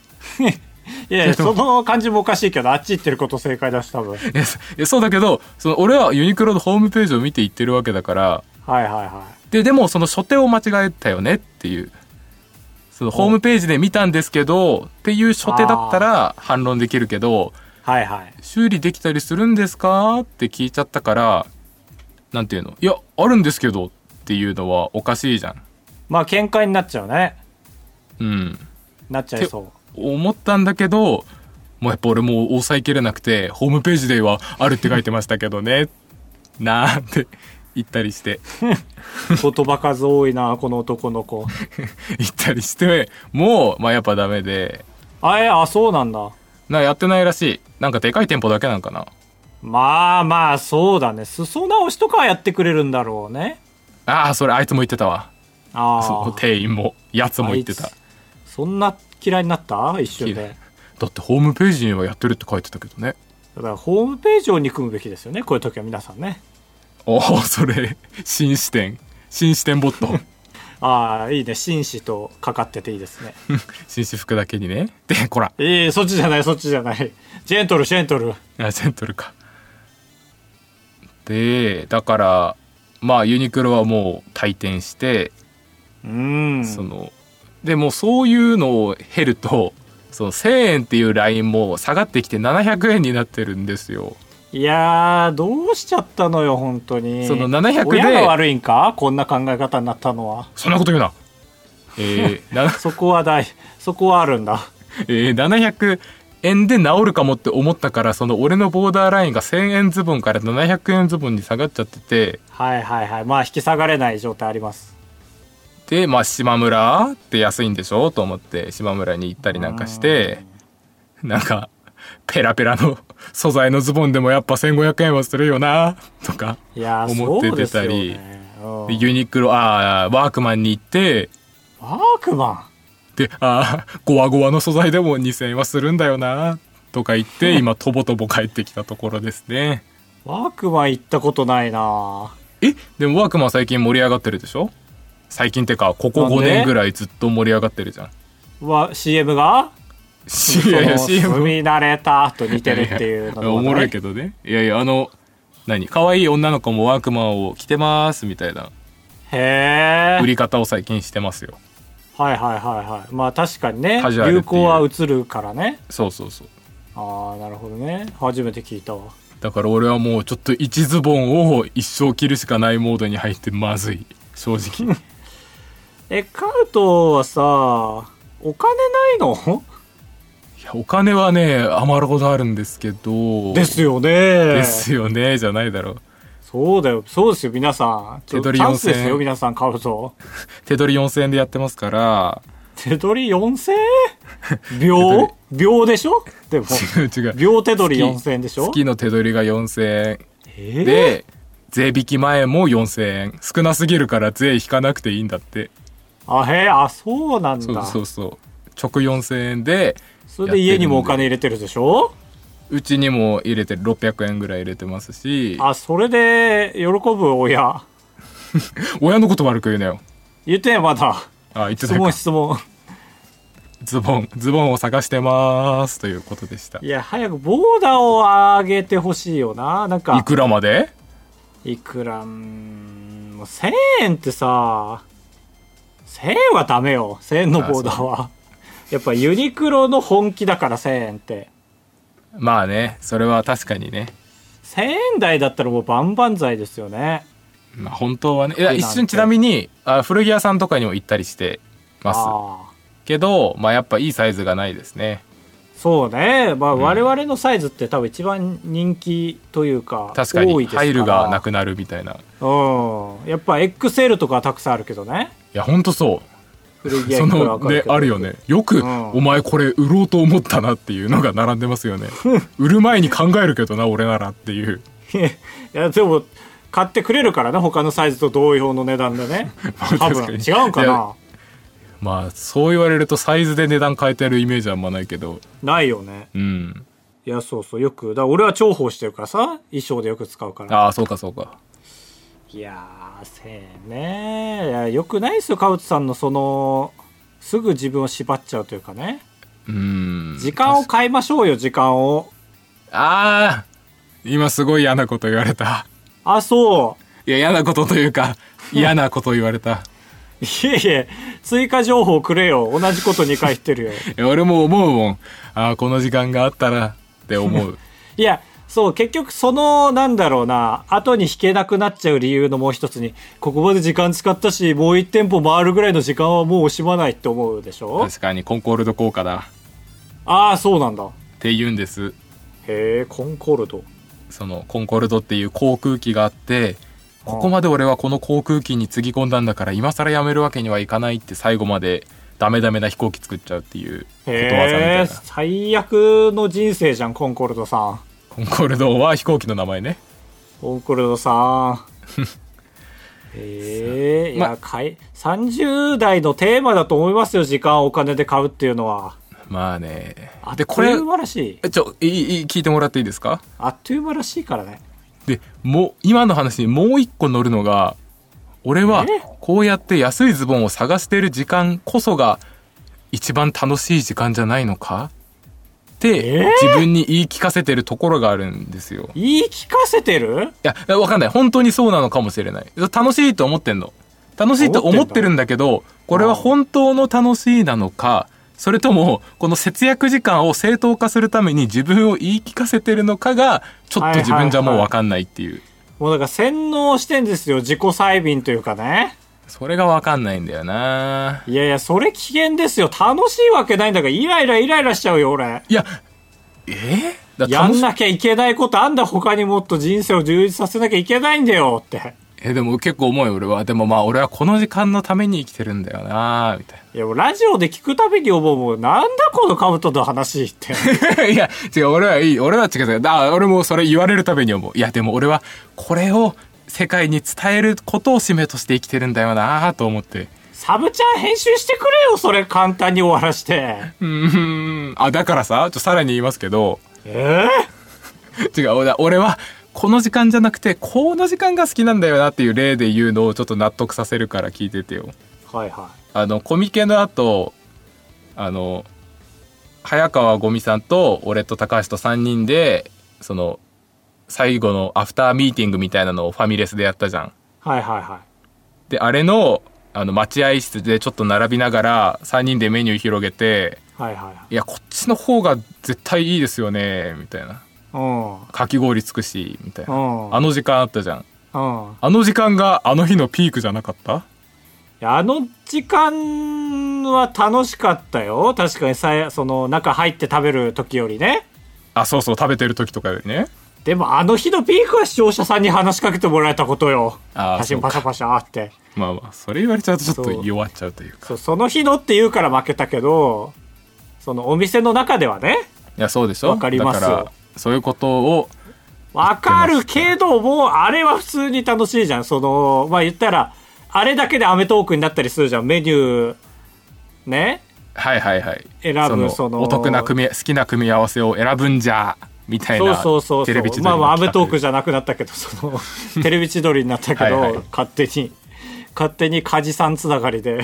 Speaker 1: いやいやその感じもおかしいけどあっち行ってること正解だし多分はい
Speaker 2: いやそいやそうだけど、その俺はユニクロのホームページを見て行ってるわけだから、
Speaker 1: はいは
Speaker 2: で、でもその初手を間違えたよねっていう。そのホームページで見たんですけど、っていう初手だったら反論できるけど、
Speaker 1: はいはい
Speaker 2: 修理できたりするんですかって聞いちゃったからなんていうのいやあるんですけどっていうのはおかしいじゃん
Speaker 1: まあ喧嘩になっちゃうね
Speaker 2: うん
Speaker 1: なっちゃい そう
Speaker 2: 思ったんだけどもうやっぱ俺もう抑えきれなくてホームページではあるって書いてましたけどねなんて言ったりして
Speaker 1: 言葉数多いなこの男の子
Speaker 2: 言ったりしてもうまあやっぱダメで
Speaker 1: あえあそうなんだ
Speaker 2: なやってないらしいなんかでかい店舗だけなんかな
Speaker 1: まあまあそうだね裾直しとかはやってくれるんだろうね
Speaker 2: ああそれあいつも言ってたわ
Speaker 1: あ
Speaker 2: そ
Speaker 1: あ
Speaker 2: う店員もやつも言って
Speaker 1: あ
Speaker 2: た
Speaker 1: いつそんな嫌いになった一瞬
Speaker 2: 嫌
Speaker 1: で
Speaker 2: いだってホームページにはやってるって書いてたけどね
Speaker 1: だからホームページを憎むべきですよねこういう時は皆さんね
Speaker 2: おおそれ新視点新視点ボッ ト
Speaker 1: ああいいね紳士とかかってていいですね
Speaker 2: 紳士服だけにねでこら
Speaker 1: ええそっちじゃないそっちじゃないジェントルジェントル
Speaker 2: あジェントルかでだからまあユニクロはもう退店して、
Speaker 1: うん
Speaker 2: そのでもうそういうのを減るとその1,000円っていうラインも下がってきて700円になってるんですよ
Speaker 1: いやーどうしちゃったのよ本当に
Speaker 2: その700で
Speaker 1: 親が悪いんかこんな考え方になったのは
Speaker 2: そんなこと言うなえー な
Speaker 1: そこは大そこはあるんだ
Speaker 2: えー700円で治るかもって思ったからその俺のボーダーラインが1,000円ズボンから700円ズボンに下がっちゃってて
Speaker 1: はいはいはいまあ引き下がれない状態あります
Speaker 2: でまあ島村って安いんでしょと思って島村に行ったりなんかしてなんかペラペラの 素材のズボンでもやっぱ1500円はするよなとか
Speaker 1: いやー
Speaker 2: 思って
Speaker 1: そうで
Speaker 2: 出
Speaker 1: すよ
Speaker 2: たり
Speaker 1: ねうん
Speaker 2: でユニクロあーワークマンに行って
Speaker 1: ワークマ
Speaker 2: であーゴワゴワの素材でも2000円はするんだよなとか言って今とぼとぼ帰ってきたところですね
Speaker 1: ンワークマン行ったことないな
Speaker 2: えでもワークマン最近盛り上がってるでしょ最近ってかここ5
Speaker 1: なん
Speaker 2: 年
Speaker 1: で
Speaker 2: ぐらいずっと盛り上がってるじゃん
Speaker 1: わ CM が
Speaker 2: いやいや
Speaker 1: その住
Speaker 2: CM
Speaker 1: み慣れたと似てるっていうの
Speaker 2: ややおもろいけどねいやいやあの何可愛い女の子もワークマンを着てますみたいな
Speaker 1: どへえ
Speaker 2: 売り方を最近してますよ
Speaker 1: はいはいはいはいまあ確かにね
Speaker 2: カジュアルってい
Speaker 1: 流
Speaker 2: う
Speaker 1: 行は移るからね
Speaker 2: そうそうそう
Speaker 1: ああなるほどね初めて聞いたわ
Speaker 2: だから俺はもうちょっと一ズボンを一生着るしかないモードに入ってまずい正 直
Speaker 1: えカウトはさお金ない の
Speaker 2: いやお金はね余るほどあるんですけど
Speaker 1: ですよね
Speaker 2: ですよねじゃないだろう
Speaker 1: そうだよそうですよ皆さんちょ
Speaker 2: 手取り
Speaker 1: チャンスです
Speaker 2: 4000
Speaker 1: よ
Speaker 2: 円
Speaker 1: 皆さんカウ ト
Speaker 2: 手取り4000円でやってますから
Speaker 1: 手取り 4000? 秒秒でしょで も
Speaker 2: 違う違う
Speaker 1: 秒手取り
Speaker 2: 月
Speaker 1: 4000円でしょ
Speaker 2: 月の手取りが4000
Speaker 1: え
Speaker 2: 円
Speaker 1: ー
Speaker 2: で、税引き前も4000円少なすぎるから税引かなくていいんだって
Speaker 1: あへえあそうなんだ
Speaker 2: そうそうそう直4000円で
Speaker 1: それで家にもお金入れてるでしょ
Speaker 2: うちにも入れて600円ぐらい入れてますし
Speaker 1: あそれで喜ぶ親
Speaker 2: 親のこと悪く言うなよ
Speaker 1: 言ってんまだ
Speaker 2: あ言って
Speaker 1: 質
Speaker 2: たか
Speaker 1: 問質問
Speaker 2: ズボンズボンを探してますということでした
Speaker 1: いや早くボーダーを上げてほしいよななんか
Speaker 2: いくらまで
Speaker 1: いくらうーんもう1000円ってさ1000円はダメよ1000円のボーダーはやっぱユニクロの本気だから1000円って
Speaker 2: まあねそれは確かにね
Speaker 1: 1000円台だったらもう万々歳ですよね
Speaker 2: まあ本当はねいや
Speaker 1: なんて
Speaker 2: 一瞬ちなみにあ古着屋さんとかにも行ったりしてます
Speaker 1: ああ
Speaker 2: けどまあやっぱいいサイズがないですね
Speaker 1: そうね、まあ我々のサイズって多分一番人気というか
Speaker 2: 確かに
Speaker 1: 多いですから
Speaker 2: 入るがなくなるみたいない
Speaker 1: うんやっぱ XL とかはたくさんあるけどね
Speaker 2: やほんとそ
Speaker 1: 古
Speaker 2: う
Speaker 1: 着屋
Speaker 2: そ
Speaker 1: いくら
Speaker 2: の
Speaker 1: か
Speaker 2: ねあるよねよく、
Speaker 1: ん
Speaker 2: お前これ売ろうと思ったなっていうのが並んでますよ ね売る前に考えるけどな俺ならっていう
Speaker 1: いやでも買ってくれるからね他のサイズと同様の値段で ね
Speaker 2: あ
Speaker 1: 多
Speaker 2: 確か
Speaker 1: 分
Speaker 2: に
Speaker 1: 違うんか
Speaker 2: い
Speaker 1: な
Speaker 2: やまあそう言われるとサイズで値段変えてるイメージはあんまないけど
Speaker 1: ないよね
Speaker 2: うん
Speaker 1: いやそうそうよくだから俺は重宝してるからさ衣装でよく使うから
Speaker 2: ああそうかそうか
Speaker 1: いやーせえねいやよくないですよカウツさんのそのすぐ自分を縛っちゃうというかね
Speaker 2: うん
Speaker 1: 時間を
Speaker 2: 確か
Speaker 1: 変えましょうよ時間を
Speaker 2: ああ今すごい嫌なこと言われた
Speaker 1: あそう
Speaker 2: いや嫌なこととい うか嫌なこと言われた
Speaker 1: いえいえ、追加情報くれよ。同じこと2回言ってるよ。
Speaker 2: いや俺も思うもんああこの時間があったらって思 う
Speaker 1: いや、そう、結局その、なんだろうな、後に弾けなくなっちゃう理由のもう一つに、ここまで時間使ったし、もう一店舗回るぐらいの時間はもう惜しまないって思うでしょ
Speaker 2: 確かにコンコールド効果だ
Speaker 1: ああ、そうなんだ。
Speaker 2: って言うんです
Speaker 1: へえ、コンコルド。
Speaker 2: そのコンコルドっていう航空機があってここまで俺はこの航空機につぎ込んだんだから今更やめるわけにはいかないって最後までダメダメな飛行機作っちゃうっていうことわざみた
Speaker 1: へえ、
Speaker 2: いな
Speaker 1: 最悪の人生じゃん、コンコルドさん。
Speaker 2: コンコルドは飛行機の名前ね
Speaker 1: コンコルド さん。へえ、いや、
Speaker 2: ま
Speaker 1: かい、30代のテーマだと思いますよ、時間をお金で買うっていうのは。
Speaker 2: まあね
Speaker 1: あっ
Speaker 2: で
Speaker 1: と
Speaker 2: こ
Speaker 1: い
Speaker 2: れ
Speaker 1: う間らしい。
Speaker 2: えちょいいいい聞いてもらっていいですか
Speaker 1: あっという間らしいからね。
Speaker 2: でもう今の話にもう一個乗るのが俺は
Speaker 1: え
Speaker 2: こうやって安いズボンを探してる時間こそが一番楽しい時間じゃないのかって
Speaker 1: え
Speaker 2: 自分に言い聞かせてるところがあるんですよ。い
Speaker 1: 言い聞かせてる
Speaker 2: や、わかんない。本当にそうなのかもしれない。楽しいと思ってんの。楽しいと思ってるんだけど、これは本当の楽しいなのか、それとも、この節約時間を正当化するために自分を言い聞かせてるのかが、ちょっと自分じゃもうわかんないっていう。
Speaker 1: もうだから洗脳してんですよ。自己催眠というかね。
Speaker 2: それがわかんないんだよない
Speaker 1: やいや、それ危険ですよ。楽しいわけないんだから、イライライライラしちゃうよ、俺。
Speaker 2: いやえー、だ
Speaker 1: やん
Speaker 2: 楽し
Speaker 1: なきゃいけないことあんだ、他にもっと人生を充実させなきゃいけないんだよって。
Speaker 2: えでも結構重い俺はでもまあ俺はこの時間のために生きてるんだよなみたい
Speaker 1: いや、もうラジオで聞くたびに思うもん。なんだこのカブトの話って。
Speaker 2: な いや違う俺はいい俺は違う違うだ俺もそれ言われるために思ういやでも俺はこれを世界に伝えることを使命として生きてるんだよなと思って
Speaker 1: サブちゃん編集してくれよ、それ簡単に終わらして。
Speaker 2: うーんあだからさちょっとさらに言いますけど
Speaker 1: え
Speaker 2: 違う俺は俺はこの時間じゃなくてこの時間が好きなんだよなっていう例で言うのをちょっと納得させるから聞いててよ
Speaker 1: えはいは
Speaker 2: あの、コミケの後、あの、早川五味さんと、俺と高橋と3人で、その、最後のアフターミーティングみたいなのをファミレスでやったじゃん。
Speaker 1: い。はいはいは
Speaker 2: で、あれの、あの、待合室でちょっと並びながら、3人でメニュー広げて、
Speaker 1: い。はいはい
Speaker 2: や、こっちの方が絶対いいですよね、みたいな。
Speaker 1: いは
Speaker 2: かき氷つくし、みたい
Speaker 1: い。う
Speaker 2: な。
Speaker 1: ん。うん。
Speaker 2: あの時間あったじゃん。
Speaker 1: うん。
Speaker 2: あの時間があの日のピークじゃなかった
Speaker 1: いやあの時間は楽しかったよ。確かにさ、その中入って食べる時よりね。
Speaker 2: あ、そうそう、食べてる時とかよりね。
Speaker 1: でもあの日のピークは視聴者さんに話しかけてもらえたことよ。
Speaker 2: あー
Speaker 1: 写真パシャパシャって。
Speaker 2: まあまあ、それ言われちゃうとちょっ
Speaker 1: そ
Speaker 2: と
Speaker 1: う
Speaker 2: 弱っちゃうというか。
Speaker 1: そう、その日のって言うから負けたけど、そのお店の中ではね。
Speaker 2: いや、そうでしょ
Speaker 1: わかります
Speaker 2: だから、そういうことを、
Speaker 1: わかるけども、あれは普通に楽しいじゃん。その、まあ言ったら、あれだけでアメトークになったりするじゃん。メニュー、ね。
Speaker 2: はいはいはい。
Speaker 1: 選ぶその
Speaker 2: お得な組み、好きな組み合わせを選ぶんじゃ、みたい
Speaker 1: そう
Speaker 2: な。
Speaker 1: そうそう
Speaker 2: テレビ
Speaker 1: そう
Speaker 2: 千鳥
Speaker 1: まあ
Speaker 2: の
Speaker 1: まあアメトーク
Speaker 2: 企
Speaker 1: じゃなくなったけどそのテレビ千鳥になったけど
Speaker 2: はいはい
Speaker 1: 勝手に勝手に梶さんつながり で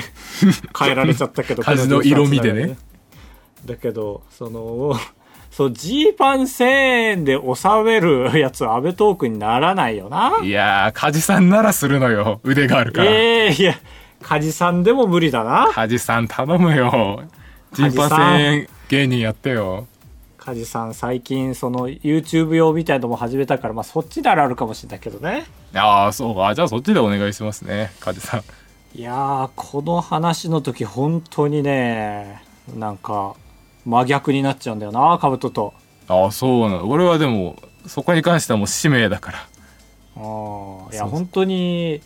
Speaker 1: 変えられちゃったけど
Speaker 2: 梶の色味でね
Speaker 1: だけどそのそうジーパン1000円で収めるやつはアメトークにならないよな
Speaker 2: 画。いやー、カジさんならするのよ。腕があるから。
Speaker 1: ええいや梶さんでも無理だな
Speaker 2: カジさん頼むよ。ジンパ
Speaker 1: 梶さん
Speaker 2: 1000円芸人やってよ。
Speaker 1: 梶さん最近その YouTube 用みたいのも始めたからまあそっちならあるかもしれないけどね
Speaker 2: ああ、そう。あじゃあそっちでお願いしますね、カジさん。
Speaker 1: いやーこの話の時本当にねなんか真逆になっちゃうんだよなカブトと
Speaker 2: ああ、そうなの。俺はでも、そこに関してはもう使命だから。
Speaker 1: うんい
Speaker 2: そうそ
Speaker 1: や
Speaker 2: う
Speaker 1: 本当に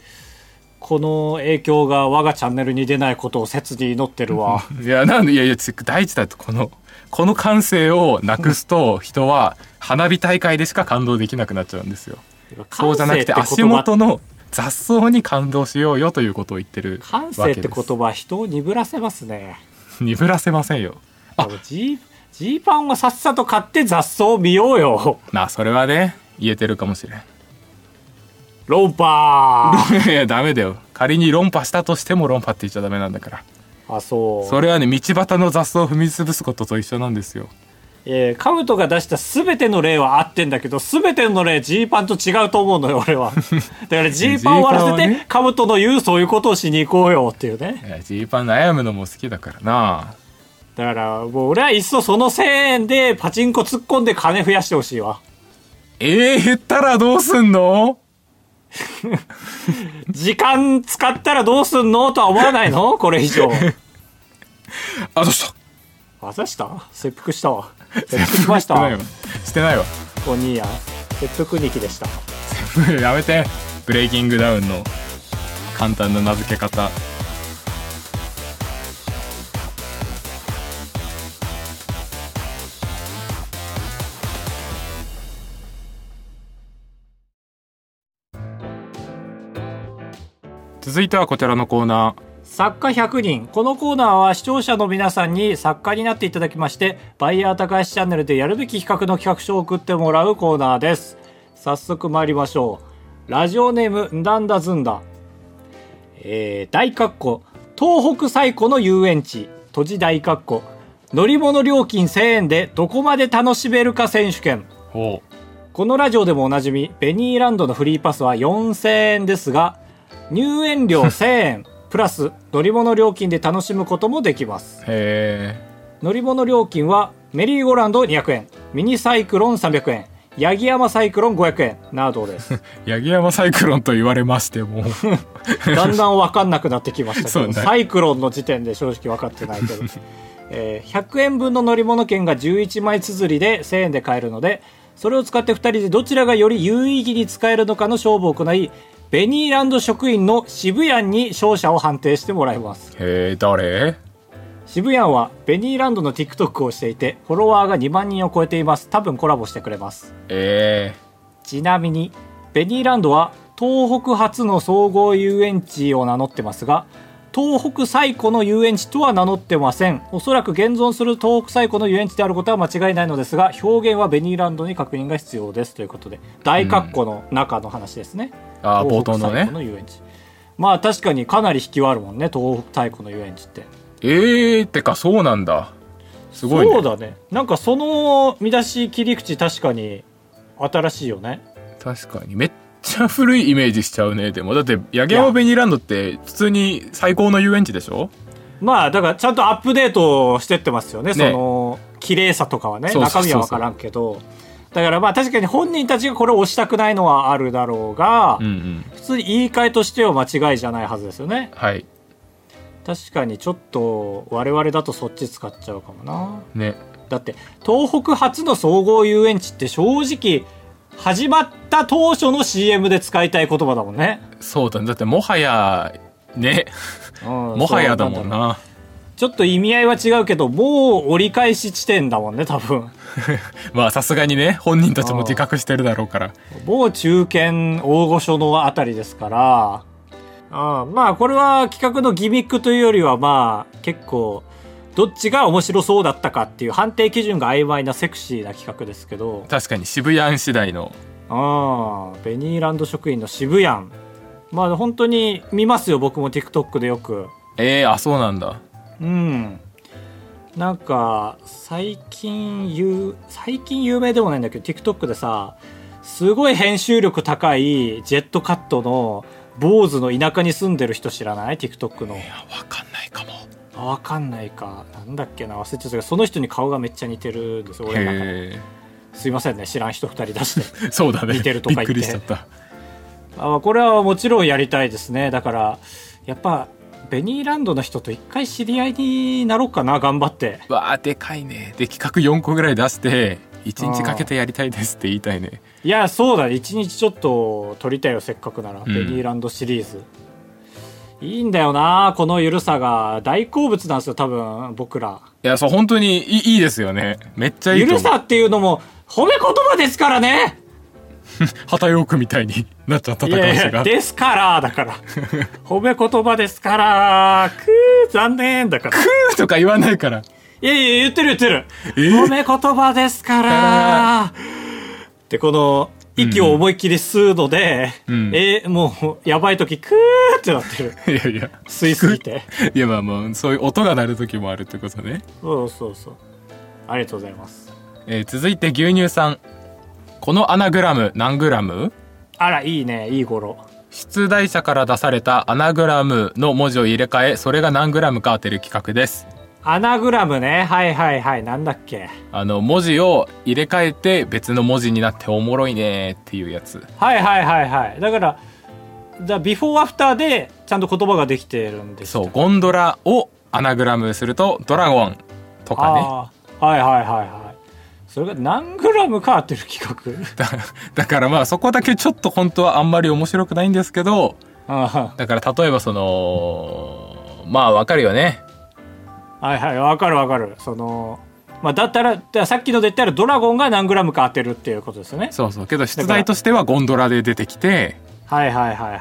Speaker 1: この影響が我がチャンネルに出ないことを切に祈ってるわ
Speaker 2: いや、なんで、いやいや、ち第一だって、この、この感性をなくすと、人は花火大会でしか感動できなくなっちゃうんですよ。 そうじゃなくて、
Speaker 1: 感性って
Speaker 2: 足
Speaker 1: 言葉
Speaker 2: 元の雑草に感動しようよということを言ってるわけ
Speaker 1: 感
Speaker 2: です。
Speaker 1: 性って言葉人を鈍らせますね
Speaker 2: 鈍らせませんよ。
Speaker 1: でもジージーパンはさっさと買って雑草を見ようよ
Speaker 2: まあ、それはね、言えてるかもしれん。
Speaker 1: ロンパ
Speaker 2: いやいや、ダメだよ。仮に論破したとしても論破って言っちゃダメなんだから。
Speaker 1: ーあそう
Speaker 2: それはね、道端の雑草を踏み潰すことと一緒なんですよ。
Speaker 1: えーカブトが出した全ての例は合ってんだけど全ての例ジーパンと違うと思うのよ俺 はだからジーパン終わらせ
Speaker 2: ジーパン
Speaker 1: て、
Speaker 2: はね
Speaker 1: カブトの言うそういうことをしに行こうよっていうね
Speaker 2: いやジーパン悩むのも好きだからな。
Speaker 1: だから、もう俺はいっそその1000円でパチンコ突っ込んで金増やしてほしいわ。
Speaker 2: えー、減ったらどうすんの
Speaker 1: 時間使ったらどうすんのとは思わない のこれ以上。
Speaker 2: あ、どうした
Speaker 1: あ、そうした切腹したわ。切腹しましたわ。
Speaker 2: してないわ。
Speaker 1: お兄や。切腹肉でした。
Speaker 2: してないわ。やめて。ブレイキングダウンの簡単な名付け方。続いてはこちらのコーナー。
Speaker 1: 作家100人このコーナーは視聴者の皆さんに作家になっていただきましてバイヤー高橋チャンネルでやるべき企画の企画書を送ってもらうコーナーです早速参りましょうラジオネームんだんだずんだえー、大括弧東北最古の遊園地都知大括弧乗り物料金1000円でどこまで楽しめるか選手権
Speaker 2: ほう。
Speaker 1: このラジオでもおなじみ、ベニーランドのフリーパスは4000円ですが、入園料1000円、プラス乗り物料金で楽しむこともできます。
Speaker 2: へ
Speaker 1: 乗り物料金は、メリーゴーランド200円、ミニサイクロン300円、八木山サイクロン500円などです。
Speaker 2: え。八木山サイクロンと言われましても。
Speaker 1: だんだん分かんなくなってきました
Speaker 2: そ
Speaker 1: け
Speaker 2: う
Speaker 1: ど、
Speaker 2: ね
Speaker 1: サイクロンの時点で正直分かってないけど、 えー100円分の乗り物券が11枚綴りで1000円で買えるのでそれを使って2人でどちらがより有意義に使えるのかの勝負を行いベニーランド職員の渋谷に勝者を判定してもらいます
Speaker 2: へえ、誰
Speaker 1: 渋谷はベニーランドの TikTok をしていてフォロワーが2万人を超えています多分コラボしてくれます
Speaker 2: ええ。
Speaker 1: ちなみにベニーランドは東北初の総合遊園地を名乗ってますが東北最古の遊園地とは名乗ってませんおそらく現存する東北最古の遊園地であることは間違いないのですが表現はベニーランドに確認が必要ですということで大括弧の中の話ですね、
Speaker 2: あー冒頭の
Speaker 1: 東北最
Speaker 2: ね
Speaker 1: 古。の遊園地まあ確かにかなり引きはあるもんね東北最古の遊園地って
Speaker 2: ええー、ってかそうなんだ。すごい、ね。
Speaker 1: そうだねなんかその見出し切り口確かに新しいよね
Speaker 2: 確かに。めっちゃ古いイメージしちゃうね。でも、だって、八木山ベニーランドって普通に最高の遊園地でしょ
Speaker 1: まあだからちゃんとアップデートしてってますよね
Speaker 2: ね
Speaker 1: その綺麗さとかはね
Speaker 2: そうそうそうそう
Speaker 1: 中身は分からんけどだからまあ確かに本人たちがこれを押したくないのはあるだろうが、
Speaker 2: うんうん。
Speaker 1: 普通に言い換えとしては間違いじゃないはずですよね
Speaker 2: はい。
Speaker 1: 確かにちょっと我々だとそっち使っちゃうかもな
Speaker 2: ね。
Speaker 1: だって東北初の総合遊園地って正直始まった当初の CM で使いたい言葉だもんね、
Speaker 2: そうだね。だって、もはや、ね。
Speaker 1: うん
Speaker 2: もはやだも
Speaker 1: そ
Speaker 2: ん
Speaker 1: うなんだろう
Speaker 2: な。
Speaker 1: ちょっと意味合いは違うけどもう折り返し地点だもんね多分
Speaker 2: まあ、さすがにね、本人たちも自覚してるだろうから。
Speaker 1: 某中堅大御所のあたりですから、ああまあこれは企画のギミックというよりはまあ結構どっちが面白そうだったかっていう判定基準が曖昧なセクシーな企画ですけど、
Speaker 2: 確かに、渋谷次第の。
Speaker 1: ああベニーランド職員の渋谷。まあ本当に見ますよ僕も TikTok でよく。
Speaker 2: ええー、あ、そうなんだ。
Speaker 1: うん。なんか、最近言う、最近有名でもないんだけど、TikTok でさ、すごい編集力高いジェットカットの坊主の田舎に住んでる人知らない ?TikTok の
Speaker 2: い。や、わかんないかも。
Speaker 1: あわかんないか。なんだっけな、忘れちゃったけど、その人に顔がめっちゃ似てるんですよ、俺の中で。
Speaker 2: へ
Speaker 1: すいませんね、知らん人二人出して。
Speaker 2: え。そうだね。
Speaker 1: 似てるとか言って
Speaker 2: びっくりしちゃった。
Speaker 1: あこれはもちろんやりたいですね。だから、やっぱ、ベニーランドの人と一回知り合いになろうかな、頑張って。
Speaker 2: わあ、でかいね。で、企画4個ぐらい出して、1日かけてやりたいですって言いたいね。
Speaker 1: いやそうだね一日ちょっと撮りたいよせっかくなら、
Speaker 2: ん
Speaker 1: ベニーランドシリーズいいんだよなこのゆるさが大好物なんですよ多分僕ら
Speaker 2: いや、そう、本当にいいいいですよね。めっちゃいい
Speaker 1: ゆ
Speaker 2: と
Speaker 1: る
Speaker 2: 思う。
Speaker 1: さっていうのも褒め言葉ですからね
Speaker 2: 旗ヨークみたいになっちゃった
Speaker 1: い
Speaker 2: 高橋が。
Speaker 1: やいやですからだから 褒め言葉ですからくー残念だから
Speaker 2: ふーとか言わないから。
Speaker 1: いやいや言ってる言ってる、
Speaker 2: え
Speaker 1: 褒め言葉ですからでこの息を思いっきり吸うので、
Speaker 2: うん
Speaker 1: えーもうやばい時くーってなってる
Speaker 2: いやいや。
Speaker 1: 吸いすぎて
Speaker 2: いや、まあまあ、そういう音が鳴る時もあるってことね。
Speaker 1: そうそうそう。ありがとうございます。
Speaker 2: えー続いて牛乳さん。このアナグラム何グラム
Speaker 1: あら、いいね、いい頃。
Speaker 2: 出題者から出されたアナグラムの文字を入れ替え、それが何グラムか当てる企画です。
Speaker 1: アナグラムねはいはいはいなんだっけ
Speaker 2: あの文字を入れ替えて別の文字になっておもろいねっていうやつ
Speaker 1: はいはいはいはいだからだからビフォーアフターでちゃんと言葉ができてるんです
Speaker 2: そうゴンドラをアナグラムするとドラゴンとかね
Speaker 1: あーはいはいはいはいそれが何グラムかっていう企画
Speaker 2: だだからまあそこだけちょっと本当はあんまり面白くないんですけど
Speaker 1: あ
Speaker 2: だから例えばそのまあわかるよね
Speaker 1: ーはいはいわかるわかるそのまあだったらだからさっきので言ったらドラゴンが何グラムか当てるっていうことですよね
Speaker 2: そうそうけど出題としてはゴンドラで出てきて
Speaker 1: はいはいはいは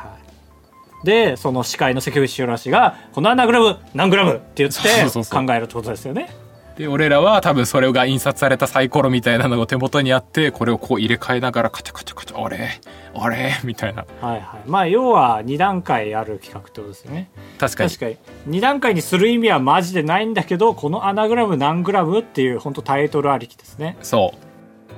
Speaker 1: いでその司会の関口宏氏が「このアナグラム何グラム?」って言って
Speaker 2: そうそうそう
Speaker 1: 考えるってことですよね
Speaker 2: で俺らは多分それが印刷されたサイコロみたいなのが手元にあってこれをこう入れ替えながらカチャカチャカチャあれあれみたいな
Speaker 1: はいはいまあ要は2段階ある企画ってことですよね
Speaker 2: 確かに
Speaker 1: 確かに2段階にする意味はマジでないんだけどこのアナグラム何グラムっていう本当タイトルありきですね
Speaker 2: そ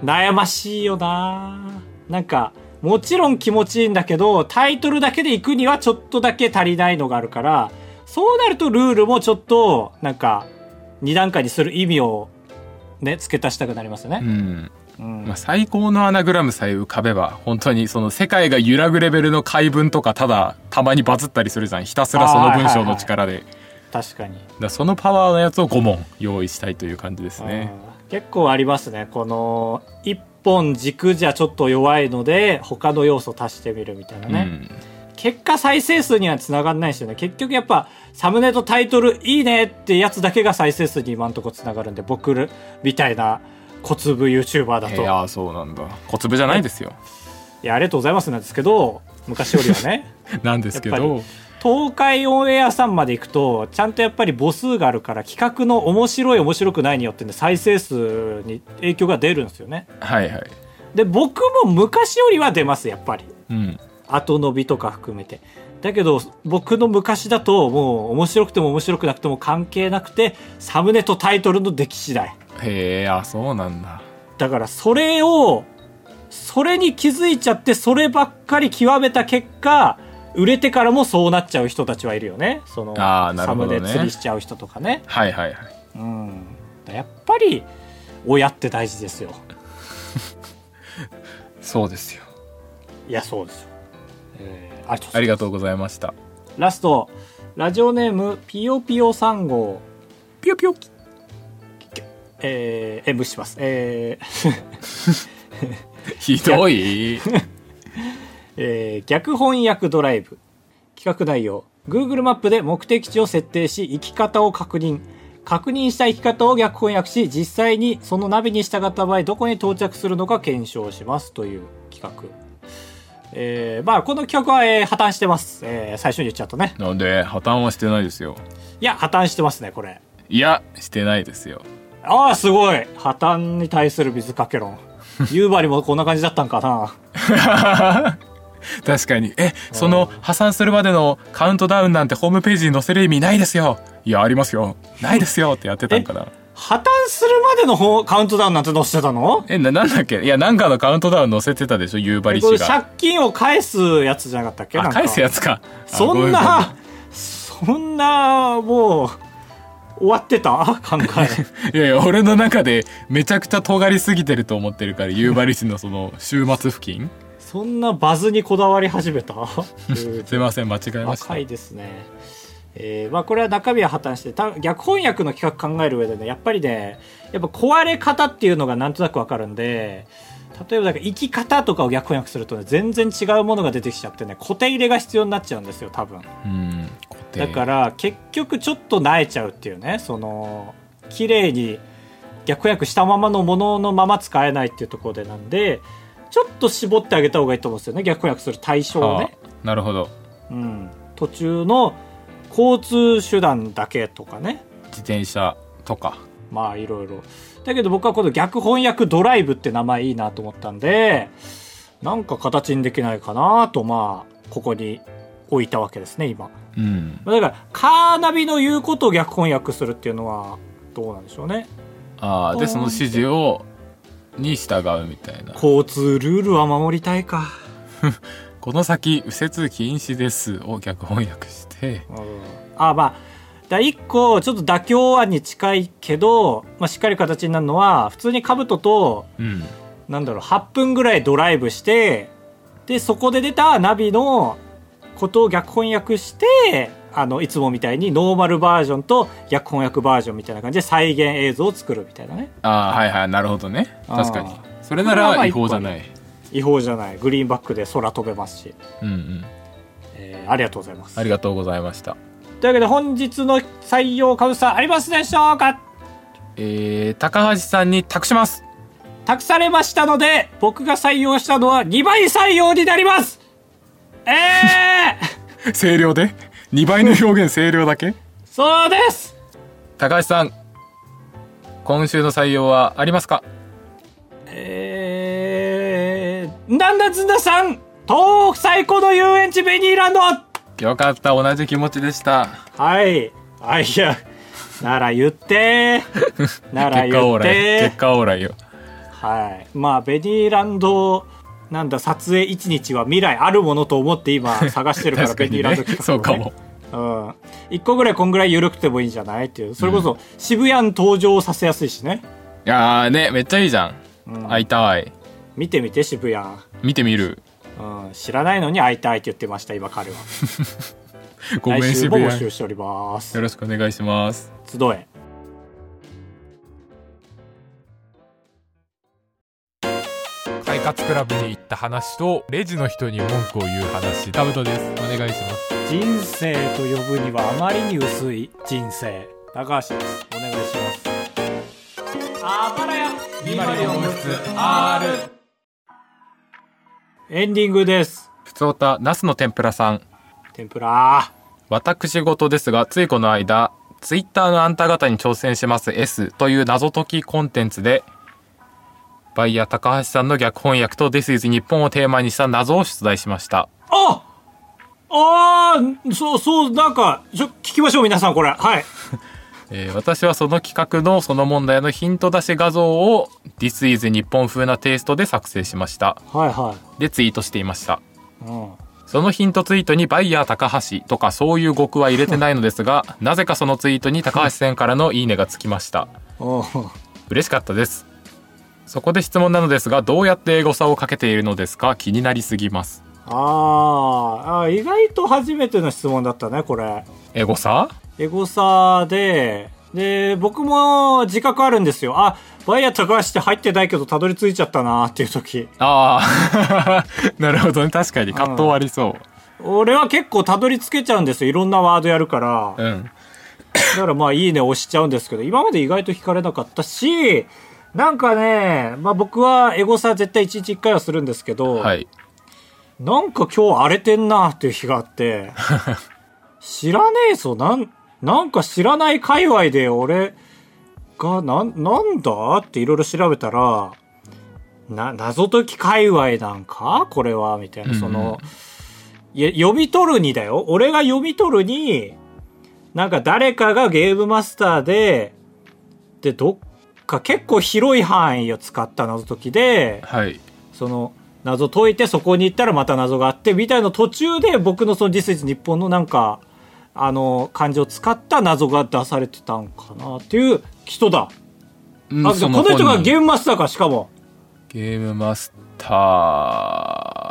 Speaker 2: う
Speaker 1: 悩ましいよななんかもちろん気持ちいいんだけどタイトルだけで行くにはちょっとだけ足りないのがあるからそうなるとルールもちょっとなんか2段階にする意味をね付け足したくなりますよ
Speaker 2: う
Speaker 1: ね、
Speaker 2: ん
Speaker 1: うん
Speaker 2: まあ、最高のアナグラムさえ浮かべば本当にその世界が揺らぐレベルの解文とかただたまにバズったりするじゃんひたすらその文章の力で、
Speaker 1: 確かに、
Speaker 2: だからそのパワーのやつを5問用意したいという感じですね
Speaker 1: うん結構ありますねこの1本軸じゃちょっと弱いので他の要素足してみるみたいなね、結果再生数にはつながんないですよね結局やっぱサムネとタイトルいいねってやつだけが再生数に今んとこつながるんで僕らみたいな小粒 YouTuber だ
Speaker 2: うん、
Speaker 1: と
Speaker 2: いやーそうなんだ小粒じゃないですよ
Speaker 1: いやありがとうございますなんですけど昔よりはね
Speaker 2: なんですけ
Speaker 1: やっぱ
Speaker 2: ど
Speaker 1: り東海オンエアさんまで行くとちゃんとやっぱり母数があるから企画の面白い面白くないによってね再生数に影響が出るんですよね
Speaker 2: はいはい
Speaker 1: で僕も昔よりは出ますやっぱり
Speaker 2: うん
Speaker 1: 後伸びとか含めてだけど僕の昔だともう面白くても面白くなくても関係なくてサムネとタイトルの出来次第
Speaker 2: へえあそうなんだ
Speaker 1: だからそれをそれに気づいちゃってそればっかり極めた結果売れてからもそうなっちゃう人たちはいるよねその
Speaker 2: あーな
Speaker 1: サ
Speaker 2: るほ
Speaker 1: ム
Speaker 2: どね
Speaker 1: ネ釣りしちゃう人とかね
Speaker 2: はいはいはい
Speaker 1: うんやっぱり親って大事ですよ
Speaker 2: そうですよ
Speaker 1: いやそうですよ、えーありがとうございます
Speaker 2: ありがとうございました
Speaker 1: ラストラジオネームピヨピヨ3号
Speaker 2: ピヨピヨ
Speaker 1: えー、演舞します。えー
Speaker 2: ひどい
Speaker 1: えー逆翻訳ドライブ。企画内容。Google マップで目的地を設定し、行き方を確認。確認した行き方を逆翻訳し、実際にそのナビに従った場合、どこに到着するのか検証しますという企画。えーまあ、この企画は、えー破綻してます。えー最初に言っちゃったね。
Speaker 2: なんで破綻はしてないですよ
Speaker 1: いや、破綻してますね、これ。
Speaker 2: いやしてないですよ
Speaker 1: ああ、すごい破綻に対する水かけ 論。夕張もこんな感じだったんかな。
Speaker 2: 確かにえその破産するまでのカウントダウンなんてホームページに載せる意味ないですよいやありますよないですよってやってたんかな
Speaker 1: 破綻するまでの方カウントダウンなんて載せてたの
Speaker 2: えななんだっけいやなんかのカウントダウン載せてたでしょ夕張
Speaker 1: これ
Speaker 2: 市が
Speaker 1: 借金を返すやつじゃなかったっけ
Speaker 2: あ
Speaker 1: なんか
Speaker 2: 返すやつかあ
Speaker 1: そ
Speaker 2: ごめ
Speaker 1: ん
Speaker 2: ごめ
Speaker 1: なそんなもう終わってた 考え
Speaker 2: いやいや俺の中でめちゃくちゃ尖りすぎてると思ってるから夕張市のその週末付 近
Speaker 1: そんなバズにこだわり始め たえー
Speaker 2: すいません間違えました
Speaker 1: 若いですね。えーまあ、これは中身は破綻してた逆翻訳の企画考える上でねやっぱりねやっぱ壊れ方っていうのがなんとなくわかるんで例えばなんか生き方とかを逆翻訳するとね全然違うものが出てきちゃってね固定入れが必要になっちゃうんですよ多分
Speaker 2: うん固定
Speaker 1: だから結局ちょっと萎えちゃうっていうねその綺麗に逆翻訳したままのもののまま使えないっていうところでなんでちょっと絞ってあげた方がいいと思うんですよね逆翻訳する対象をね、
Speaker 2: はあなるほど
Speaker 1: うん、途中の交通手段だけとかね
Speaker 2: 自転車とか
Speaker 1: まあいろいろだけど僕はこの逆翻訳ドライブって名前いいなと思ったんでなんか形にできないかなとまあここに置いたわけですね今
Speaker 2: うん
Speaker 1: まあだからカーナビの言うことを逆翻訳するっていうのはどうなんでしょうね
Speaker 2: ああでその指示をに従うみたいな
Speaker 1: 交通ルールは守りたいか、
Speaker 2: この先右折禁止ですを逆翻訳して
Speaker 1: うん、あまあだ一個ちょっと妥協案に近いけど、まあ、しっかり形になるのは普通に兜と
Speaker 2: うん
Speaker 1: なんだろう8分ぐらいドライブしてでそこで出たナビのことを逆翻訳してあのいつもみたいにノーマルバージョンと逆翻訳バージョンみたいな感じで再現映像を作るみたいなね
Speaker 2: ああはいはいなるほどね
Speaker 1: あー
Speaker 2: 確かにそれな
Speaker 1: これはま
Speaker 2: ら
Speaker 1: あ
Speaker 2: 違法じゃない
Speaker 1: 違法じゃないグリーンバックで空飛べますし、
Speaker 2: うんうん
Speaker 1: えーありがとうございます
Speaker 2: ありがとうございました
Speaker 1: というわけで本日の採用株さんありますでしょうか
Speaker 2: えー、高橋さんに託します
Speaker 1: 託されましたので僕が採用したのは2倍採用になりますえー、
Speaker 2: 声量で2倍の表現声量だけ
Speaker 1: そうです
Speaker 2: 高橋さん今週の採用はありますか
Speaker 1: えー、なんだずんださん東北最高の遊園地ベニーランド
Speaker 2: よかった同じ気持ちでした
Speaker 1: はいあいやなら言 ってなら
Speaker 2: 結果
Speaker 1: 言っ
Speaker 2: オーライ
Speaker 1: て
Speaker 2: 結果オーライよ
Speaker 1: はいまあベニーランドなんだ撮影1日は未来あるものと思って 今探してるから、
Speaker 2: 確か
Speaker 1: ベニー
Speaker 2: に
Speaker 1: ラン
Speaker 2: ね
Speaker 1: ド企画、ね、
Speaker 2: そうかも
Speaker 1: うん、一個ぐらいこんぐらい緩くてもいいんじゃないっていうそれこそ渋谷に登場させやすいしね
Speaker 2: いやーねめっちゃいいじゃん、会いたい
Speaker 1: 見てみて渋谷、
Speaker 2: 見てみる
Speaker 1: うん、知らないのに会いたいって言ってました今彼は
Speaker 2: ごめん
Speaker 1: 来週も
Speaker 2: 渋
Speaker 1: 募
Speaker 2: 谷
Speaker 1: 集
Speaker 2: よ
Speaker 1: しております
Speaker 2: ろしくお願いします
Speaker 1: 集え
Speaker 2: 快活クラブに行った話とレジの人に文句を言う話タブトですお願いします
Speaker 1: 人生と呼ぶにはあまりに薄い人生高橋ですお願いしますあばらやエンディングです
Speaker 2: ふつおたナスの天ぷらさん
Speaker 1: 天ぷら
Speaker 2: 私事ですがついこの間ツイッターのあんた方に挑戦します S という謎解きコンテンツでバイヤー高橋さんの逆翻訳と This is 日本をテーマにした謎を出題しました
Speaker 1: ああーそうそうなんかちょ聞きましょう皆さんこれはい
Speaker 2: えー私はその企画のその問題のヒント出し画像を This is 日本風なテイストで作成しました
Speaker 1: はいは
Speaker 2: でツイートしていました
Speaker 1: い、うん、
Speaker 2: そのヒントツイートにバイヤー高橋とかそういう語句は入れてないので すがなぜかそのツイートに高橋さんからのいいねがつきました
Speaker 1: おう
Speaker 2: 嬉しかったですそこで質問なのですがどうやって英語差をかけているのですか気になりすぎます
Speaker 1: あーあー意外と初めての質問だったねこれ
Speaker 2: 英語差
Speaker 1: エゴサで、で、僕も自覚あるんですよ。あ、バイヤー高橋って入ってないけどたどり着いちゃったなっていう時。
Speaker 2: ああ なるほどね確かに葛藤ありそ
Speaker 1: 俺は結構たどり着けちゃうんですよ。いろんなワードやるから
Speaker 2: う。うん
Speaker 1: だからまあいいね押しちゃうんですけど、今まで意外と引かれなかったし、なんかね、まあ僕はエゴサ絶対1日1回はするんですけど、
Speaker 2: はい
Speaker 1: なんか今日荒れてんなっていう日があって、知らねえぞ、なん、なんか知らない界隈で俺が、なん、なんだっていろいろ調べたら、な、謎解き界隈なんかこれは、みたいな、その、いや読み取るにだよ。俺が読み取るに、なんか誰かがゲームマスターで、で、どっか結構広い範囲を使った謎解きで、
Speaker 2: はい
Speaker 1: その謎解いてそこに行ったらまた謎があってみたいな途中で僕のその「This is 日本」のなんかあの漢字を使った謎が出されてたんかなっていう人だ、
Speaker 2: うん
Speaker 1: あ
Speaker 2: そ
Speaker 1: この人が
Speaker 2: 本人
Speaker 1: ゲームマスターかしかも
Speaker 2: ゲームマスター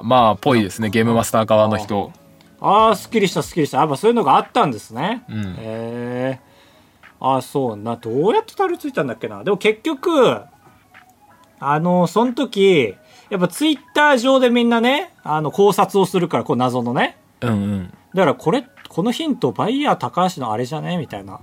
Speaker 2: まあぽいですねゲームマスター側の人
Speaker 1: ああすっきりしたすっきりしたやっぱそういうのがあったんですね、
Speaker 2: ん
Speaker 1: へえああそうなどうやってたどり着いたんだっけなでも結局あのその時やっぱツイッター上でみんなねあの考察をするからこう謎のね
Speaker 2: うんうん
Speaker 1: だからこれ、このヒント、バイヤー高橋のあれじゃねみたいな。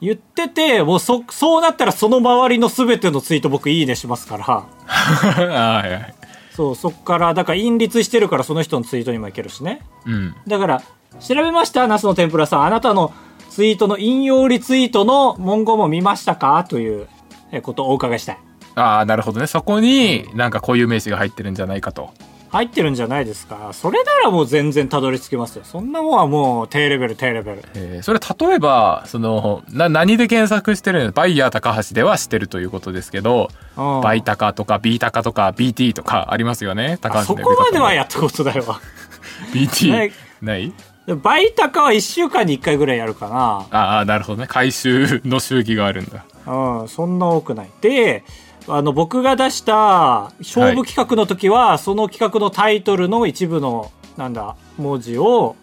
Speaker 1: 言ってて、もうそ、そうなったらその周りの全てのツイート僕いいねしますから。
Speaker 2: はいはい
Speaker 1: そう、そっから、だから隠立してるからその人のツイートにもいけるしね。
Speaker 2: うん
Speaker 1: だから、調べましたナスの天ぷらさん。あなたのツイートの引用リツイートの文言も見ましたかというえことをお伺いしたい。
Speaker 2: ああなるほどねそこになんかこういう名詞が入ってるんじゃないかと
Speaker 1: 入ってるんじゃないですかそれならもう全然たどり着きますよ。そんなもんはもう低レベル低レベル。
Speaker 2: えーそれ例えばそのな何で検索してるのバイヤー高橋ではしてるということですけど
Speaker 1: うん
Speaker 2: バイタカとか B タカとか BT とかありますよね高
Speaker 1: あそ
Speaker 2: 橋の
Speaker 1: こまでは
Speaker 2: や
Speaker 1: やったことだよ。
Speaker 2: り方も
Speaker 1: ない
Speaker 2: BT ない
Speaker 1: でバイタカは1週間に1回ぐらいやるかな
Speaker 2: ああなるほどね回収の周期があるんだ
Speaker 1: うん、そんな多くない。で、あの、僕が出した勝負企画の時は、その企画のタイトルの一部の、なんだ、文字を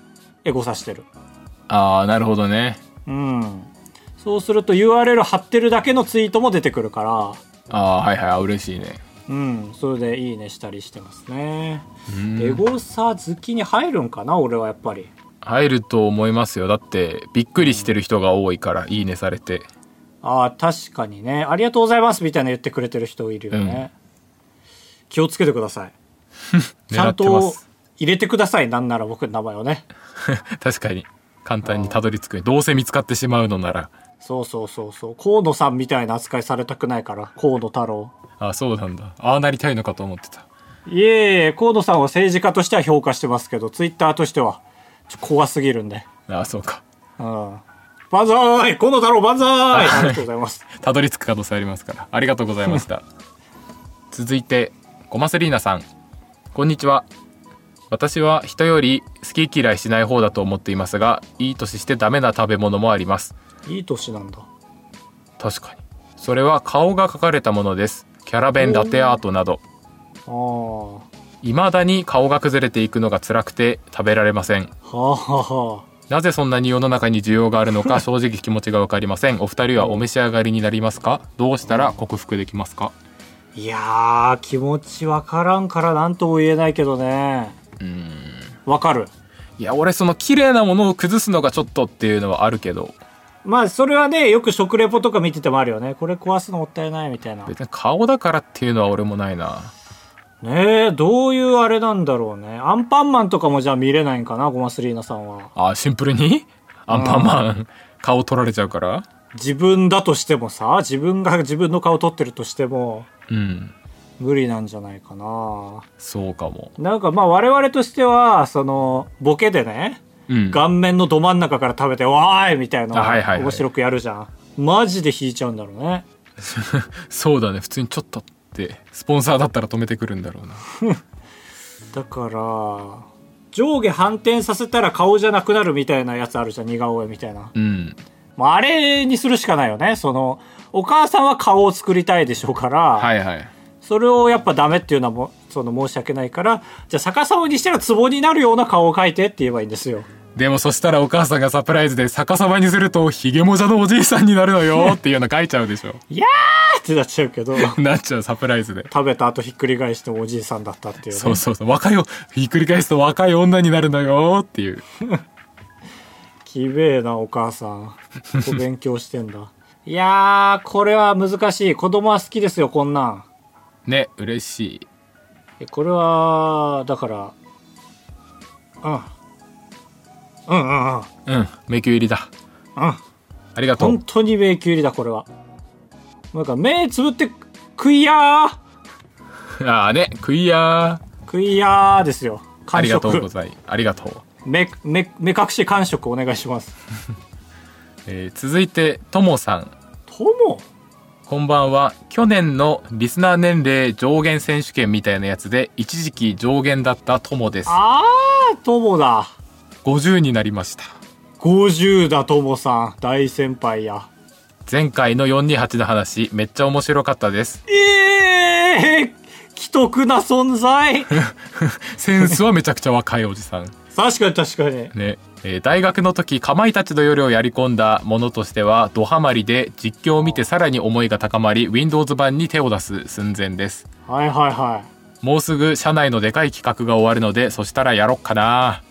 Speaker 1: エゴさしてる。
Speaker 2: ああなるほどね
Speaker 1: うん。そうすると URL 貼ってるだけのツイートも出てくるから、
Speaker 2: ああはいはいあ嬉しいね
Speaker 1: うん、それでいいねしたりしてますね。
Speaker 2: うん
Speaker 1: エゴサ好きに入るんかな俺はやっぱり。
Speaker 2: 入ると思いますよだってびっくりしてる人が多いからいいねされて
Speaker 1: ああ、確かにね。ありがとうございますみたいな言ってくれてる人いるよね。気をつけてください。ちゃ
Speaker 2: 狙
Speaker 1: ん
Speaker 2: ってま
Speaker 1: と
Speaker 2: す
Speaker 1: 入れてください。なんなら僕の名前をね。
Speaker 2: 確かに簡単にたどり着くどうせ見つかってしまうのなら
Speaker 1: そうそうそうそう。河野さんみたいな扱いされたくないから、河野太郎。
Speaker 2: あそうなんだああなりたいのかと思ってた
Speaker 1: いえいえ、河野さんは政治家としては評価してますけど、ツイッターとしては、ちょ怖すぎるんで。
Speaker 2: ああそうか
Speaker 1: うん。万歳河野太郎万 歳ありがとうございます。
Speaker 2: たどり着く可能性ありますからありがとうございました 続いてゴマセリーナさんこんにちは私は人より好き嫌いしない方だと思っていますがいい年してダメな食べ物もあります
Speaker 1: いい年なんだ。
Speaker 2: 確かにそれは顔が描かれたものですキャラ弁ラテアートなど
Speaker 1: ああ。は
Speaker 2: 未だに顔が崩れていくのが辛くて食べられません
Speaker 1: あは
Speaker 2: なぜそんなに世の中に需要があるのか正直気持ちがわかりませんお二人はお召し上がりになりますかどうしたら克服できますか
Speaker 1: あ。いやー、気持ちわからんからなんとも言えないけどね。うん。わかる。
Speaker 2: いや俺その綺麗なものを崩すのがちょっとっていうのはあるけど
Speaker 1: まあ、それはね、よく食レポとか見ててもあるよね。これ壊すのもったいないみたいな。
Speaker 2: 別に顔だからっていうのは俺もないな
Speaker 1: ねえ、どういうあれなんだろうね。アンパンマンとかもじゃあ見れないんかな、ゴマスリーナさんは。
Speaker 2: あシンプルにアンパンマン顔取られちゃうから
Speaker 1: 自分だとしてもさ、自分が自分の顔撮ってるとしても、
Speaker 2: うん
Speaker 1: 無理なんじゃないかな。
Speaker 2: そうかも
Speaker 1: なんかまあ我々としては、その、ボケでね、
Speaker 2: うん
Speaker 1: 顔面のど真ん中から食べて、わーいみたいな、
Speaker 2: あはいはいはい
Speaker 1: 面白くやるじゃん。マジで引いちゃうんだろうね。
Speaker 2: そうだね普通にちょっとってスポンサーだったら止めてくるんだろうな
Speaker 1: だから、上下反転させたら顔じゃなくなるみたいなやつあるじゃん、似顔絵みたいな。
Speaker 2: うん
Speaker 1: まあ、あれにするしかないよね。その、お母さんは顔を作りたいでしょうから、
Speaker 2: はいはい
Speaker 1: それをやっぱダメっていうのはもう、その申し訳ないから、じゃあ逆さまにしたらツボになるような顔を描いてって言えばいいんですよ。
Speaker 2: でもそしたらお母さんがサプライズで逆さまにするとヒゲもじゃのおじいさんになる のよっていうの書いちゃうでしょ
Speaker 1: あーってなっちゃうけど、
Speaker 2: なっちゃうサプライズで
Speaker 1: 食べた後ひっくり返してもおじいさんだったっていう、ね。
Speaker 2: そうそうそう若いよひっくり返すと若い女になるのよっていう
Speaker 1: きべえなお母さん。お勉強してんだ。 いやー、これは難しい。子供は好きですよ、こんなん。
Speaker 2: ね嬉しい
Speaker 1: えこれは、だから、うん。うんうんうん。
Speaker 2: うん迷宮入りだ
Speaker 1: うん。
Speaker 2: ありがとう
Speaker 1: 本当に迷宮入りだこれはなんか目つぶって食いやー
Speaker 2: ああねクイア
Speaker 1: 食いやーですよ
Speaker 2: ーあ
Speaker 1: 完
Speaker 2: りがとうご
Speaker 1: 食
Speaker 2: ざいありがとう、
Speaker 1: 目目目隠し完食お願いします
Speaker 2: えー続いてともさん
Speaker 1: とも
Speaker 2: こんばんは。去年のリスナー年齢上限選手権みたいなやつで、一時期上限だった友です。
Speaker 1: あーともだ
Speaker 2: 50になりました。
Speaker 1: 50だともさん大先輩や
Speaker 2: 前回の428の話、めっちゃ面白かった です。
Speaker 1: ええー、既得な存在
Speaker 2: センスはめちゃくちゃ若いおじさん。
Speaker 1: 確かに確かに
Speaker 2: ね。えー大学の時、かまいたちの夜をやり込んだものとしては、ドハマりで実況を見てさらに思いが高まり、Windows 版に手を出す寸前です。
Speaker 1: はいはいは
Speaker 2: もうすぐ社内のでかい企画が終わるので、そしたらやろっかな。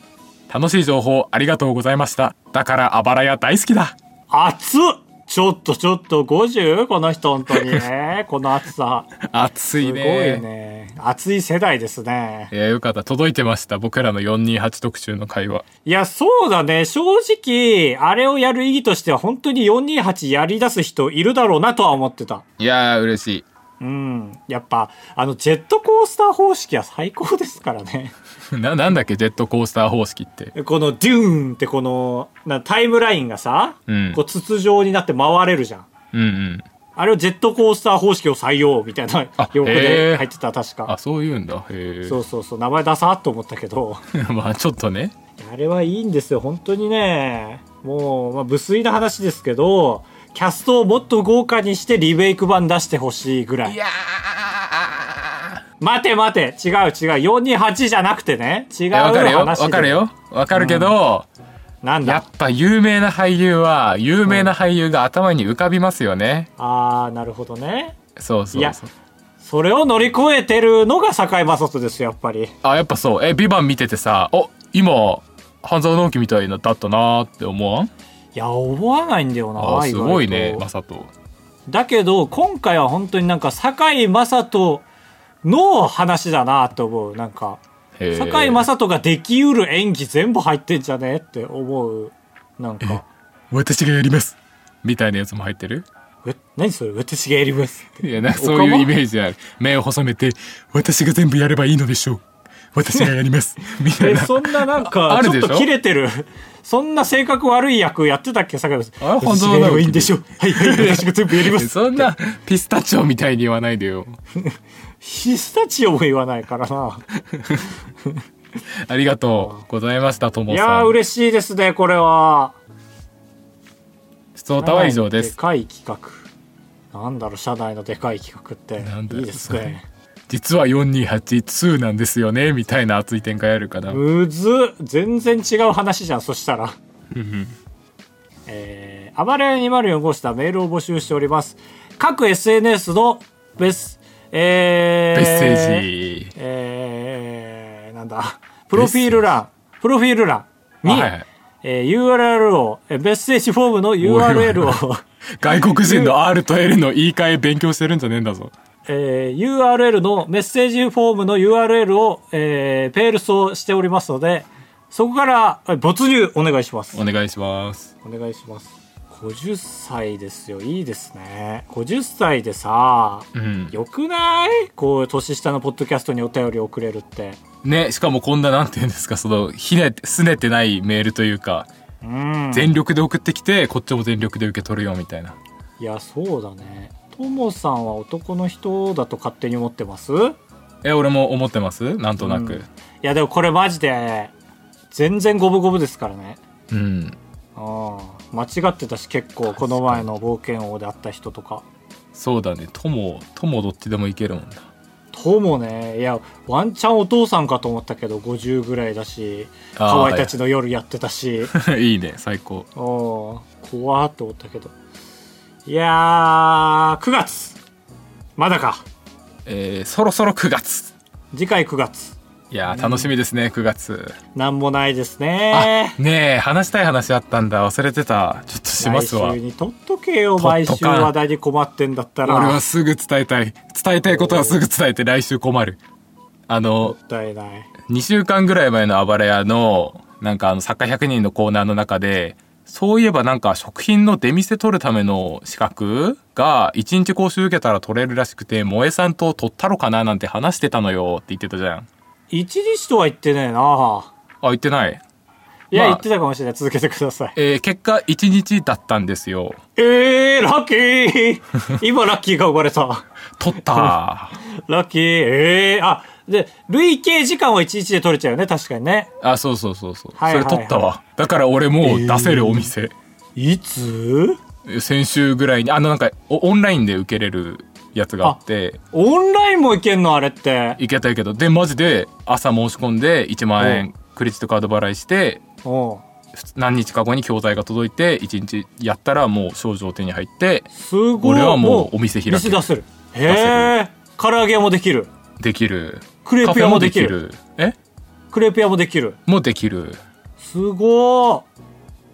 Speaker 2: 楽しい情報ありがとうございました。だからあばら屋大好き だ。
Speaker 1: い熱っちょっとちょっと 50? この人本当にねこの暑さ
Speaker 2: 熱い
Speaker 1: すごい
Speaker 2: ね。
Speaker 1: ね熱い世代ですね
Speaker 2: いや、よかった。届いてました。僕らの428特集の会話。
Speaker 1: いや、そうだね。正直、あれをやる意義としては、本当に428やり出す人いるだろうなとは思ってた。
Speaker 2: いやー、嬉しい。
Speaker 1: うん。やっぱ、あの、ジェットコースター方式は最高ですからね。
Speaker 2: な、なんだっけ、ジェットコースター方式って。
Speaker 1: この、デューンってこの、なタイムラインがさ、
Speaker 2: うん
Speaker 1: こう、筒状になって回れるじゃん。
Speaker 2: うんうん。
Speaker 1: あれをジェットコースター方式を採用、みたいな
Speaker 2: あ
Speaker 1: 用語
Speaker 2: へ
Speaker 1: で
Speaker 2: ー
Speaker 1: 入ってた、確か
Speaker 2: あ、。そういうんだ。へ
Speaker 1: そうそうそう、名前出さーっと思ったけど、
Speaker 2: え。まあ、ちょっとね。
Speaker 1: あれはいいんですよ本当にねもう、まあ、無粋な話ですけどキャストをもっと豪華にしてリメイク版出してほしいぐらい
Speaker 2: いや
Speaker 1: 待て待て違う違う428じゃなくてね違う
Speaker 2: ーわかるよ
Speaker 1: 話で
Speaker 2: わかるよわかるけど、
Speaker 1: なん
Speaker 2: や
Speaker 1: だ
Speaker 2: っぱ有名な俳優は有名な俳優が頭に浮かびますよね、
Speaker 1: ああなるほどね
Speaker 2: そうそうそう
Speaker 1: いやそれを乗り越えてるのが堺雅人ですよやっぱり
Speaker 2: あやっぱそうえ「ビバン見ててさお今半沢直樹みたいなだったなーって思わん
Speaker 1: いや思わないんだよな
Speaker 2: あーすごいね
Speaker 1: 意外と
Speaker 2: マサト
Speaker 1: だけど今回は本当になんか堺雅人の話だなと思うなんか
Speaker 2: へー
Speaker 1: 堺雅人ができうる演技全部入ってんじゃねって思うなんか
Speaker 2: 私がやりますみたいなやつも入ってる
Speaker 1: え何それ私がやりますって
Speaker 2: いやなんか
Speaker 1: 他
Speaker 2: そ
Speaker 1: も
Speaker 2: ういうイメージある目を細めて私が全部やればいいのでしょう私がやりますみたい
Speaker 1: え
Speaker 2: な
Speaker 1: そんななん
Speaker 2: あ
Speaker 1: か
Speaker 2: あ
Speaker 1: ち
Speaker 2: る
Speaker 1: ょ
Speaker 2: で
Speaker 1: っ
Speaker 2: しょ
Speaker 1: と切れてるそんな性格悪い役やってたっけ堺雅人
Speaker 2: あれ本
Speaker 1: 私
Speaker 2: 当
Speaker 1: が
Speaker 2: だ
Speaker 1: やればいいんでしょうはいはい私が全部やります
Speaker 2: そんなピスタチオみたいに言わないでよ
Speaker 1: ピスタチオも言わないからな
Speaker 2: ありがとうございましたとも
Speaker 1: い
Speaker 2: さ
Speaker 1: やー
Speaker 2: ん
Speaker 1: 嬉しいですねこれは
Speaker 2: 質問タは以上です
Speaker 1: でかい企画。なんだろう、社内のでかい企画って
Speaker 2: なんだ。よ
Speaker 1: いいですね。
Speaker 2: 実は4282なんですよねみたいな熱い展開あるから
Speaker 1: むずっ全然違う話じゃん、そしたら。えー、あばれ204号室ではメールを募集しております。各 SNS のベス、えー、
Speaker 2: メッセージ、
Speaker 1: えー、なんだ、プロフィール欄、プロフィール欄に、
Speaker 2: はいはい
Speaker 1: えー URL を、えーメッセージフォームの URL を、
Speaker 2: 外国人の R と L の言い換え勉強してるんじゃねえんだぞ
Speaker 1: えー URL のメッセージフォームの URL を、えーペールスをしておりますのでそこからえ没入お願いします
Speaker 2: お願いします
Speaker 1: お願いします50歳ですよいいですね50歳でさ、
Speaker 2: うん
Speaker 1: よくないこう年下のポッドキャストにお便り送れるって
Speaker 2: ねしかもこんななんていうんですかそのひねすねてないメールというか
Speaker 1: うん
Speaker 2: 全力で送ってきてこっちも全力で受け取るよみたいない
Speaker 1: やそうだねともさんは男の人だと勝手に思ってます
Speaker 2: え俺も思ってますなんとな
Speaker 1: うん
Speaker 2: く
Speaker 1: いやでもこれマジで全然五分五分ですからね
Speaker 2: うん、
Speaker 1: ああ間違ってたし結構この前の冒険王で会った人とか
Speaker 2: そうだねともともどっちでもいけるもんな
Speaker 1: ともねいやワンチャンお父さんかと思ったけど50ぐらいだし
Speaker 2: あー
Speaker 1: かわいたちの夜やってたし
Speaker 2: いいね最高
Speaker 1: うん怖ーって思ったけどいやー9月まだか
Speaker 2: えー、そろそろ9月
Speaker 1: 次回9月
Speaker 2: いやー楽しみですね9月
Speaker 1: なんもないです
Speaker 2: あ
Speaker 1: ね
Speaker 2: ねえ話したい話あったんだ忘れてたちょっとしま
Speaker 1: 来
Speaker 2: すわ
Speaker 1: 週にとっとけよ
Speaker 2: とっとかん
Speaker 1: 毎週話題に困ってんだったら
Speaker 2: 俺は
Speaker 1: も
Speaker 2: すぐ伝えたい伝えたいことはすぐ伝えて来週困るあの
Speaker 1: ったいない
Speaker 2: 2週間ぐらい前の暴れ屋のなんかあの作家100人のコーナーの中でそういえばなんか食品の出店取るための資格が1日講習受けたら取れるらしくて萌えさんと取ったろかななんて話してたのよって言ってたじゃん
Speaker 1: 一日とは言ってねえな
Speaker 2: あ言ってない、
Speaker 1: いや、
Speaker 2: まあ
Speaker 1: 言ってたかもしれない続けてください
Speaker 2: えー結果1日だったんですよ
Speaker 1: えー、ラッキー 今ラッキーが生まれた。
Speaker 2: 取った
Speaker 1: ラッキー、えー、あ、で、累計時間は1日で取れちゃうよね、確かにね。
Speaker 2: あそうそうそうそう、
Speaker 1: はいはいはい
Speaker 2: それ取ったわだから俺もう出せるお店、
Speaker 1: いつ
Speaker 2: 先週ぐらいにあのなんかおオンラインで受けれるやつがあって
Speaker 1: オンラインもいけんのあれって。
Speaker 2: いけたいけどでマジで朝申し込んで1万円クレジットカード払いして
Speaker 1: おう
Speaker 2: ふつ何日か後に教材が届いて1日やったらもう症状手に入って
Speaker 1: すごい。
Speaker 2: 俺はもうお店開
Speaker 1: 店
Speaker 2: け
Speaker 1: 出せる。へえ。唐揚げ屋もできる。
Speaker 2: できる
Speaker 1: クレー
Speaker 2: カ
Speaker 1: プ
Speaker 2: フェ
Speaker 1: 屋も
Speaker 2: も
Speaker 1: で
Speaker 2: で
Speaker 1: き
Speaker 2: き
Speaker 1: る。
Speaker 2: るえ
Speaker 1: クレープ屋もできる。
Speaker 2: もできる
Speaker 1: すごー。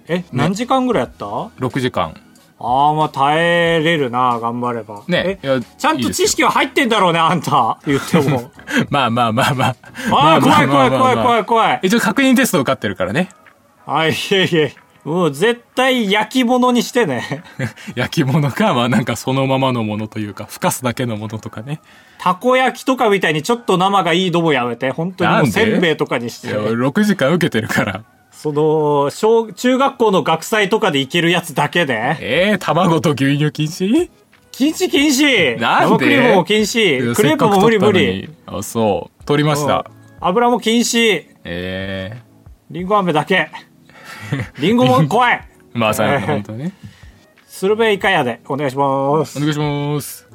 Speaker 1: え、何時間ぐらいやったあ
Speaker 2: 6時間
Speaker 1: あー、まあ耐えれるな、頑張れば。
Speaker 2: ねい
Speaker 1: え
Speaker 2: や
Speaker 1: ちゃん
Speaker 2: いい
Speaker 1: と
Speaker 2: ですよ
Speaker 1: 知識は入ってんだろうね、あんた。言って も。
Speaker 2: まあまあまあまあ
Speaker 1: ああ、
Speaker 2: ま
Speaker 1: 怖い
Speaker 2: ま
Speaker 1: 怖い
Speaker 2: ま
Speaker 1: 怖い
Speaker 2: ま
Speaker 1: 怖い怖い。
Speaker 2: 一応確認テスト受かってるからね
Speaker 1: あ、いえいえ。もう絶対焼き物にしてね。
Speaker 2: 焼き物かまあなんかそのままのものというかふかすだけのものとかね
Speaker 1: たこ焼きとかみたいにちょっと生がいいのもやめて、本当にも
Speaker 2: な
Speaker 1: うん
Speaker 2: で
Speaker 1: せんべいとかにし
Speaker 2: い
Speaker 1: て
Speaker 2: や。 俺6時間受けてるから
Speaker 1: その、小、中学校の学祭とかでいけるやつだけで。
Speaker 2: えー、卵と牛乳禁止
Speaker 1: 禁止禁止
Speaker 2: なん
Speaker 1: 生
Speaker 2: で
Speaker 1: クリームも禁
Speaker 2: いや
Speaker 1: 止クレープも無理無理。
Speaker 2: せっかく取ったのにあそう取りました
Speaker 1: うん油も禁止
Speaker 2: え
Speaker 1: リンゴ飴だけリンゴも怖い
Speaker 2: まあ、さ
Speaker 1: えー
Speaker 2: 本当にね。
Speaker 1: スルベイカヤでお願いします
Speaker 2: お願いします。